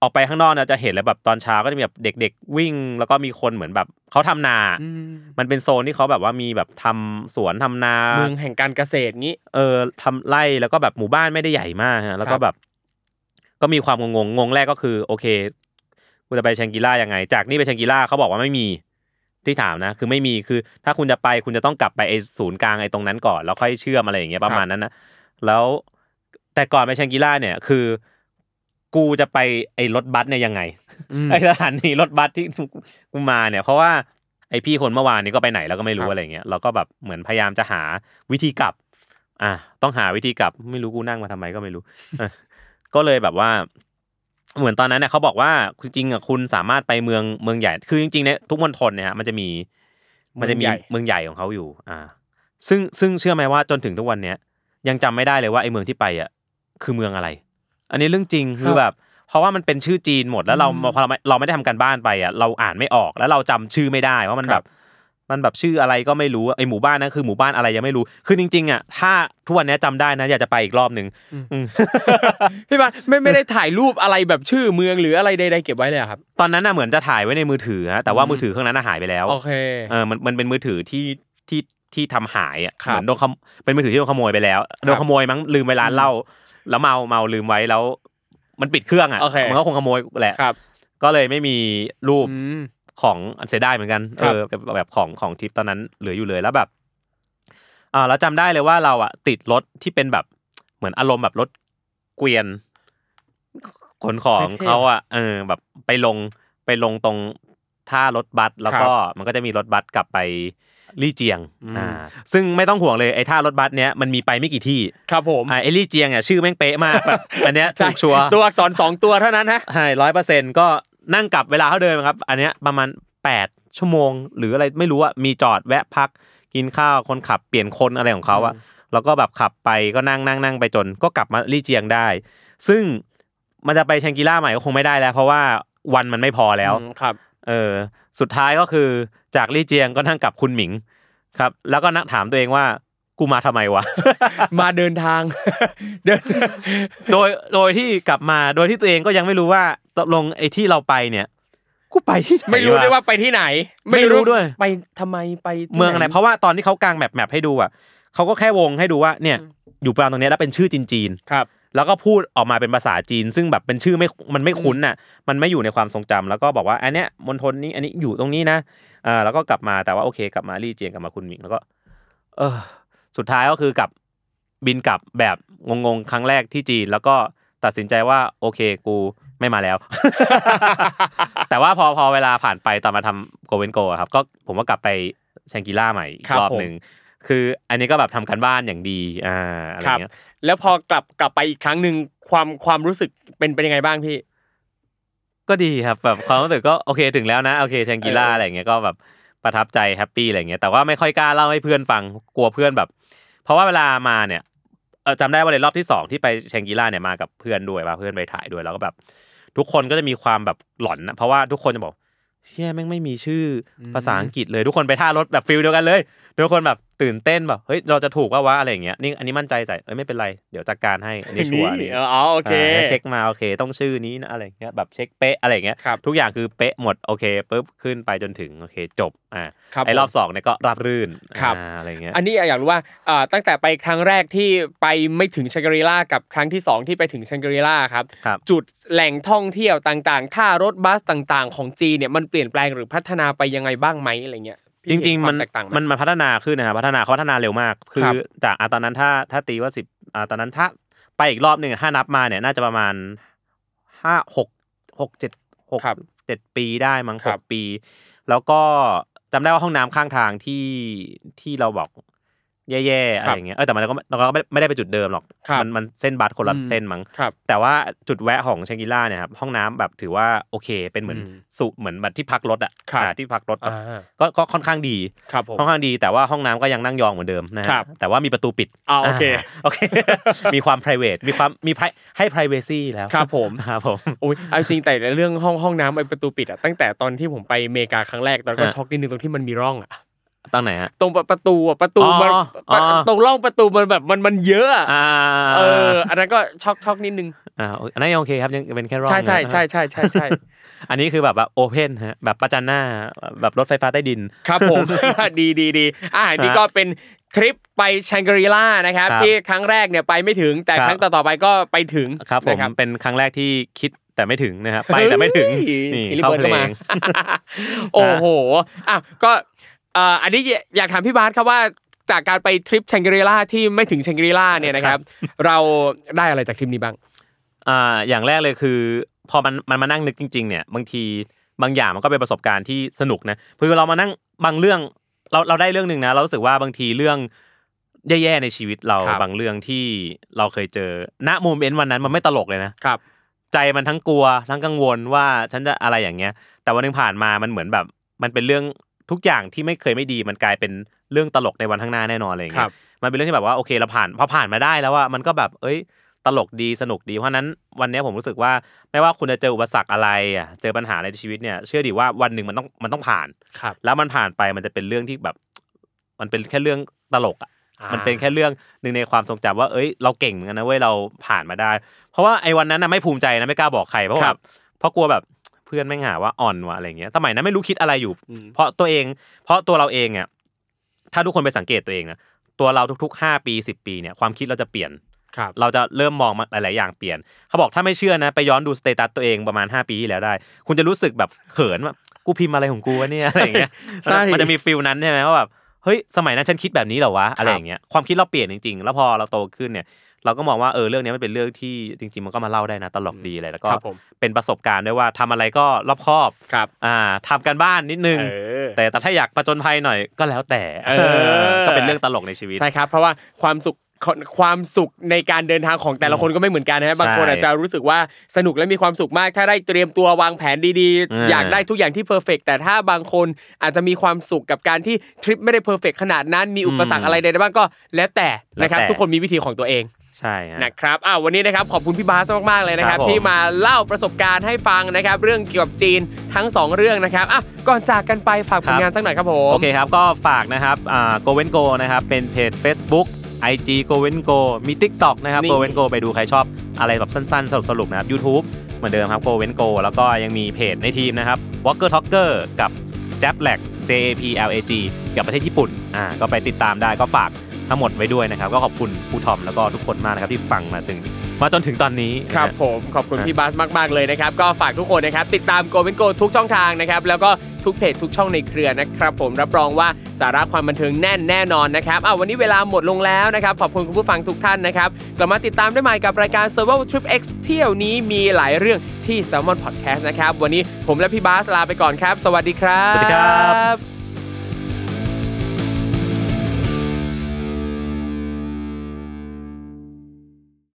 ออกไปข้างนอกเนี่ยจะเห็นแล้วแบบตอนเช้าก็จะมีแบบเด็ก ๆ วิ่ง แล้วก็มีคนเหมือนแบบเขาทำนา
อืม
มันเป็นโซนที่เขาแบบว่ามีแบบทำสวนทำนา
เมืองแห่งการเกษตรงี้
เออทำไร่แล้วก็แบบหมู่บ้านไม่ได้ใหญ่มากฮะแล้ว
ครั
ก็
บ
แบบ ก็มีความงงๆงงแรกก็คือ โอเคกูจะไปแชงกิล่ายังไง จากนี่ไปแชงกิล่าเขาบอกว่าไม่มีที่ถามนะ คือไม่มีคือ ถ้าคุณจะไปคุณจะต้องกลับไปไอ้ศูนย์กลางไอ้ตรงนั้นก่อนแล้วค่อยเชื่อมอะไรอย่างเงี้ยประมาณนั้นนะแล้วแต่ก่อนไปแชงกิล่าเนี่ย คือ กูจะไปไอ้รถบัสเนี่ยยังไง ไอสถานีรถบัสที่ กูมาเนี่ย เพราะว่าไอพี่คนเมื่อวานนี้ก็ไปไหนแล้วก็ไม่
ค
รู้
รับ
อะไรเงี้ยเราก็แบบเหมือนพยายามจะหาวิธีกลับ อ่ะต้องหาวิธีกลับไม่รู้กูนั่งมาทำไมก็ไม่รู้เออก็เลยแบบว่า เหมือนตอนนั้นเนี่ยเขาบอกว่าจริงๆอ่ะคุณสามารถไปเมืองเมืองใหญ่ คือจริงๆเนี่ยทุกมณฑลเนี่ยฮะมันจะมี มันจะมีเมืองใหญ่ของเขาอยู่ อ่า ซึ่งซึ่งเชื่อไหมว่าจนถึงทุกวันเนี้ยยังจำไม่ได้เลยว่าไอเมืองที่ไปอ่ะคือเมืองอะไร อันนี้เรื่องจริงคือแบบ เพราะว่ามันเป็นชื่อจีนหมดแล้วเราพอเราไม่เราไม่ได้ทำการบ้านไปอ่ะเราอ่านไม่ออกแล้วเราจำชื่อไม่ได้ว่ามันแบบ มันแบบชื่ออะไรก็ไม่รู้อะไอหมู่บ้านนั้นคือหมู่บ้านอะไรยังไม่รู้ คือจริง ๆอ่ะถ้าทุกวันเนี้ยจำได้นะอยากจะไปอีกรอบหนึ่งอืม
พี่บานไม่ไม่ได้ถ่ายรูปอะไรแบบชื่อเมืองหรืออะไรใดๆเก็บไว้เลยอะครับ
ตอนนั้นน่ะเหมือนจะถ่ายไว้ในมือถือฮะแต่ว่ามือถือเครื่องนั้นน่ะหายไปแล้ว
โอเค
เออมันมันเป็นมือถือที่ที่ที่ทำหายอ่ะ
ครับ
เหมือนโดนขโมเป็นมือถือที่โดนขโมยไปแล้วโดนขโมยมั้งลืมเวลานเหล่าแล้วเมาเมาลืมไว้แล้ว มันปิดเครื่องอ่ะ
โอเค
มันก็คงขโมยแหละ
ครับ
ก็เลยไม่มีรูป
อืม
ของอันเสียดายเหมือนกัน
ค
เอ
รับ
อแบบแบบของของทริปตอนนั้นเหลืออยู่เลยแล้วแบบอ่าเราจำได้เลยว่าเราอ่ะติดรถที่เป็นแบบเหมือนอารมณ์แบบรถเกวียนขนของเขาอ่ะเออ แบบไปลงไปลงตรงท่ารถบัสแล้วก็มันก็จะมีรถบัสกลับไปลี่เจียงอ่าซึ่งไม่ต้องห่วงเลยไอ้ท่ารถบัสเนี้ยมันมีไปไม่กี่ที่
ครับผม
อ่าไอ้ลี่เจียงอ่ะชื่อแม่งเป๊ะมาก แบบอันเนี้ยถูกชัวร์
ตัวอักษรสองตัวเท่านั้นฮะ
ใช่ร้อยเปอร์เซ็นก็นั่งกลับเวลาเท่าเดิมครับ อันเนี้ยประมาณแปดชั่วโมง หรืออะไรไม่รู้อะมีจอดแวะพักกินข้าวคนขับเปลี่ยนคนอะไรของเขาอะแล้วก็แบบขับไปก็นั่งนั่งนั่งไปจน ก็กลับมาลี่เจียงได้ ซึ่งมันจะไปแชงกิล่าใหม่ก็คงไม่ได้แล้ว เพราะว่าวันมันไม่พอแล้ว
อืมครับ
เออสุดท้ายก็คือจากลี่เจียงก็นั่งกลับคุณหมิงครับ แล้วก็นักถามตัวเองว่ากูมาทำไมวะ
มาเดินทาง เดิน
โดยโดยที่กลับมาโดยที่ตัวเองก็ยังไม่รู้ว่าตกลงไอ้ที่เราไปเนี่ยกูไปที่หน
ไม่รู้ด้วยว่าไปที่ไหน
ไม่รู้ด้วย
ไปทำไมไปที่
เมืองอะไร
หน
เพราะว่าตอนที่เขากางแมปแมปให้ดูอ่ะเขาก็แค่วงให้ดูว่าเนี่ยอยู่ปรางตรงเนี้ยแล้วเป็นชื่อจีนจีนๆ
ครับ
แล้วก็พูดออกมาเป็นภาษาจีน ซึ่งแบบเป็นชื่อไม่มันไม่คุ้นน่ะมันไม่อยู่ในความทรงจำแล้วก็บอกว่าอันเนี้ยมณฑลนี้อันนี้อยู่ตรงนี้นะอ่าแล้วก็กลับมาแต่ว่าโอเคกลับมาลี่เจียงกลับมาคุณหมิงแล้วก็ เออสุดท้ายก็คือกลับบินกลับแบบงงๆครั้งแรกที่จีน แล้วก็ตัดสินใจว่าโอเคกูไม่มาแล้ว แต่ว่าพอพอเวลาผ่านไปตอนมาทำโกเวนโกครับ ก็ผมว่ากลับไปแชงกิล่าใหม่อีก
ครับ
รอบ
ผม
หนึ่งคืออันนี้ก็แบบทำกันบ้านอย่างดีอ่าอะไร
ครับ
เงี้ย
แล้วพอกลับกลับไปอีกครั้งหนึ่งความความรู้สึกเป็นเป็นยังไงบ้างพี่
ก็ดีครับแบบความรู้สึกก็โอเคถึงแล้วนะโอเคแชงกิล่า
เอออ
อะไรเงี้ยก็แบบประทับใจแฮปปี้อะไรเงี้ยแต่ว่าไม่ค่อยกล้าเล่าให้เพื่อนฟังกลัวเพื่อนแบบ เพราะว่าเวลามาเนี่ยเออจำได้ว่าเลยรอบที่สองที่ไปแชงกิล่าเนี่ยมากับเพื่อนด้วยพาเพื่อนไปถ่ายด้วยแล้วก็แบบ ทุกคนก็จะมีความแบบหลอนนะเพราะว่าทุกคนจะบอกเฮียแม่งไม่มีชื่อภาษาอังกฤษเลย ทุกคนไปท่ารถแบบฟิลเดียวกันเลยทุกคนแบบตื่นเต้นแบบเฮ้ยเราจะถูกว่าวะอะไรอย่างเงี้ยนี่อันนี้มั่นใจใส่เอ้ยไม่เป็นไรเดี๋ยวจัดการให้อันนี้ชัวร์อันนี้
เอออ๋อโอเค
อ่าให้เช็คมาโอเคต้องชื่อนี้นะอะไรอย่างเงี้ยแบบเช็คเป๊ะอะไรอย่างเงี้ย
ครับ
ทุกอย่างคือเป๊ะหมดโอเคปุ๊บขึ้นไปจนถึงโอเคจบอ่า
ครับ
ไอ้รอบสองเนี่ยก็ราบรื่น
ครับ
อ่าอะไรอย่างเงี้ย
อันนี้อยากรู้ว่าอ่าตั้งแต่ไปครั้งแรกที่ไปไม่ถึงชังกรีล่ากับครั้งที่สองที่ไปถึงชังกรีล่าครับ
ครับ
จุดแหล่งท่องเที่ยวต่างๆ ท่ารถบัสต่างๆ ของจีนเนี่ยมันเปลี่ยนแปลงหรือพัฒนาไปยังไงบ้างไหมอะไรเงี้ยพี่
จริง
เห็
ๆ มัน
ควาแตกต่างไห
มันมันพัฒนาขึ้นนะครับพัฒนาเขาพัฒนาเร็วมาก คื
ครั
อบ จากอ่ะตอนนั้นถ้าถ้าตีว่าสิบอ่าตอนนั้นถ้าไปอีกรอบหนึ่งอ่ะถ้านับมาเนี่ยน่าจะประมาณห้าหกหกเจ็ด หก
ครับ
เจ็ดปีได้มั้ง
ค
ห
รับ
กปี แล้วก็จำได้ว่าห้องน้ำข้างทางที่ที่เราบอกแย่ๆอะไรอย่างเงี้ยเออแต่มันก็เราก็ไม่ไม่ได้ไปจุดเดิมหรอก
ครับ
มันมันเส้นบัสคนละ
อืม
เส้นมั้ง
ครับ
แต่ว่าจุดแวะของเชงกิล่าเนี่ยครับห้องน้ำแบบถือว่าโอเคเป็นเหมือน
อืม
สุเหมือนแบบที่พักรถอ่ะ
ครับ
อ่าที่พักรถ
อ่า
ก็ก็ค่อนข้างดี
ครับผม
ค่อนข้างดีแต่ว่าห้องน้ำก็ยังนั่งยองเหมือนเดิมนะฮะ
ครับ
แต่ว่ามีประตูปิด
อ่าโอเค
าโอเค มีความ p r i v a t มีความมี pri- ให้ privacy แล้ว
ครับผม
ครับผม
โอ้ยเอาจริงแต่เรื่องห้องห้องน้ำไอ้ประตูปิดอะตั้งแต่ตอนที่ผมไปอเมริกาครั้งแรกตอนนนก็
ฮะ
ช็อกนิดนึงตรงที่มันมีร่องอะ
ตั้งไหนฮะ
ตรงประตูอะประตูมัน
อ๋ออ๋อ
ปะตรงร่องประตูมันแบบมันมันเยอะอะ
อ่า
เอออันนั้นก็ช็อกช็อกนิดนึง
อ่าอันนั้นยังโอเคครับยังเป็นแค่รอบ
ใช่ใช่
นะ
ใช่ใช่ใช่ใช่
อันนี้คือแบบว่าโอเพนฮะแบบประจันหน้าแบบรถไฟฟ้าใต้ดิน
ครับผม ดีดีดีอ่านี่ก็เป็นทริปไปแชงกรีล่านะครับ
ครับ
ที่ครั้งแรกเนี่ยไปไม่ถึงแต่
ครับ
ครั้งต่อๆไปก็ไปถึง
ครับผม
นะ
เป็นครั้งแรกที่คิดแต่ไม่ถึงนะครับไปแต่ไม่ถึง
เฮ้ย
นี่
อิลิ
เข้า
เบิร์ด
เพล
เข้ามาง โอ้โหอ่ะก็เอ่ออันนี้อยากถามพี่บาสครับว่าจากการไปทริปแชงกรีล่าที่ไม่ถึงแชงกรีล่าเนี่ยนะครับ เราได้อะไรจากทริปนี้บ้าง
อ่าอย่างแรกเลยคือ พอมันมันมานั่งนึกจริง ๆ เนี่ยบางทีบางอย่างมันก็เป็นประสบการณ์ที่สนุกนะคือเรามานั่งบางเรื่องเราเราได้เรื่องหนึ่งนะเรารู้สึกว่าบางทีเรื่องแย่ๆในชีวิตเรา
ครับ
บางเรื่องที่เราเคยเจอณโมเมนต์วันนั้นมันไม่ตลกเลยนะ
ครับ
ใจมันทั้งกลัวทั้งกังวลว่าฉันจะอะไรอย่างเงี้ย แต่วันหนึ่งผ่านมามันเหมือนแบบ มันเป็นเรื่องทุกอย่างที่ไม่เคยไม่ดี มันกลายเป็นเรื่องตลกในวันข้างหน้าแน่นอนอะไรอย่าง
ครั
เงี้
บ
ยมันเป็นเรื่องที่แบบว่าโอเคเราผ่านพอผ่านมาได้แล้วว่ามันก็แบบเอ้ย ตลกดีสนุกดีเพราะฉะนั้นวันเนี้ยผมรู้สึกว่าไม่ว่าคุณจะเจออุปสรรคอะไรอ่ะเจอปัญหาอะไรในชีวิตเนี่ยเชื่อดีว่าวันหนึ่งมันต้องมันต้องผ่าน
ครับ
แล้วมันผ่านไปมันจะเป็นเรื่องที่แบบ มันเป็นแค่เรื่องตลกอ่ะ มันเป็นแค่เรื่องหนึ่งในความทรงจำว่า เอ้ย เราเก่งเหมือนกันนะเว้ย เราผ่านมาได้ เพราะว่าไอ้วันนั้นนะไม่ภูมิใจนะไม่กล้าบอกใครเพราะ
ค
แบ
รับบ
เพราะกลัวแบบเพื่อนแม่งหาว่าอ่อนว่ะอะไรเงี้ย สมัยนั้นไม่รู้คิดอะไรอยู่
อืม
เพราะตัวเอง เพราะตัวเราเองอ่ะถ้าทุกคนไปสังเกตตัวเองนะ ตัวเราทุกๆ 5 ปี 10 ปีเนี่ยความคิดเราจะเปลี่ยน
ครับ
เราจะเริ่มมองมันหลาย ๆ อย่างเปลี่ยน เขาบอกถ้าไม่เชื่อนะ ไปย้อนดูสเตตัสตัวเองประมาณ 5 ปีที่แล้วได้ คุณจะรู้สึกแบบเขินว่ากูพิมพ์อะไรของกูวะเนี่ยอะไรอย่างเงี้ย
ใช่
มันมันจะมีฟิลนั้นใช่ไหมว่าแบบเฮ้ยสมัยนั้นฉันคิดแบบนี้เหรอวะอะ
ค
ไร
รับ
อย่างเงี้ยความคิดเราเปลี่ยนจริง ๆ แล้วพอเราโตขึ้นเนี่ย เราก็มองว่าเออเรื่องเนี้ยมันเป็นเรื่องที่จริง ๆ มันก็มาเล่าได้นะตลกดีอะไรแล้วก็
ครับผม
เป็นประสบการณ์ด้วยว่าทำอะไรก็รอบคอบ
ครับ
อ่าทำกันบ้านนิดนึง
เออ
แต่แต่ถ้าอยากประจนภัยหน่อยก็แล้วแต่
เออ
ก็เป็นเรื่องตลกในชีวิต
ใช่ครับ เพราะว่าความสุขความสุขในการเดินทางของแต่ละคนก็ไม่เหมือนกันนะฮะบางคน
ใช่
อาจจะรู้สึกว่าสนุกและมีความสุขมาก ถ้าได้เตรียมตัววางแผนดี
อื
ๆ
ม
อยากได้ทุกอย่างที่เพอร์เฟกแต่ถ้าบางคนอาจจะมีความสุขกับการที่ทริปไม่ได้เพอร์เฟกขนาดนั้นมีอุปสรรค
อืม
อะไรใดๆบ้างก็แล้วแต่นะครับ
แล้วแต่
ทุกคนมีวิธีของตัวเอง
ใช่ฮะ
นะครับอ้าววันนี้นะครับขอบคุณพี่บาสมากๆเลยนะครับ
ครับผม
ที่มาเล่าประสบการณ์ให้ฟังนะครับ เรื่องเกี่ยวกับจีนทั้งสองเรื่องนะครับอ่ะก่อนจากกันไปฝากผลงานสักหน่อยครับผม
โอเคครับ ก็ฝากนะครับอ่า Go Wen Go นะครับ เป็นเพจ Facebook IG Go Wen Go มี TikTok นะครับ
นี่
Go Wen Go ไปดูใครชอบอะไรแบบสั้นๆ สรุปสรุปๆนะครับ YouTube เหมือนเดิมครับ Go Wen Go แล้วก็ยังมีเพจในทีมนะครับ Walker Talker กับ j a p l a g J A P L A G กับประเทศญี่ปุ่นอ่าก็ไปติดตามได้ก็ฝากทั้งหมดไว้ด้วยนะครับ ก็ขอบคุณครูทอมแล้วก็ทุกคนมากนะครับที่ฟังมาถึงมาจนถึงตอนนี้นะ
ค
ฮะ
รับผมขอบคุณพี่บาสมาก ๆ เลยนะครับ ก็ฝากทุกคนนะครับติดตามโกเ n นโกทุกช่องทางนะครับ แล้วก็ทุกเพจทุกช่องในเครือนะครับ ผมรับรองว่าสาระความบันเทิงแน่นแน่นอนนะครับเอาววันนี้เวลาหมดลงแล้วนะครับ ขอบคุณคุณผู้ฟังทุกท่านนะครับกลับมาติดตามได้ใหม่กับรายการ s u r v i v a l Trip X เที่ยวนี้มีหลายเรื่องที่ s ซ l m o n Podcast นะครับวันนี้ผมและพี่บาสลาไปก่อนครับ สวัสดีครับ
สวัสดีครั
บ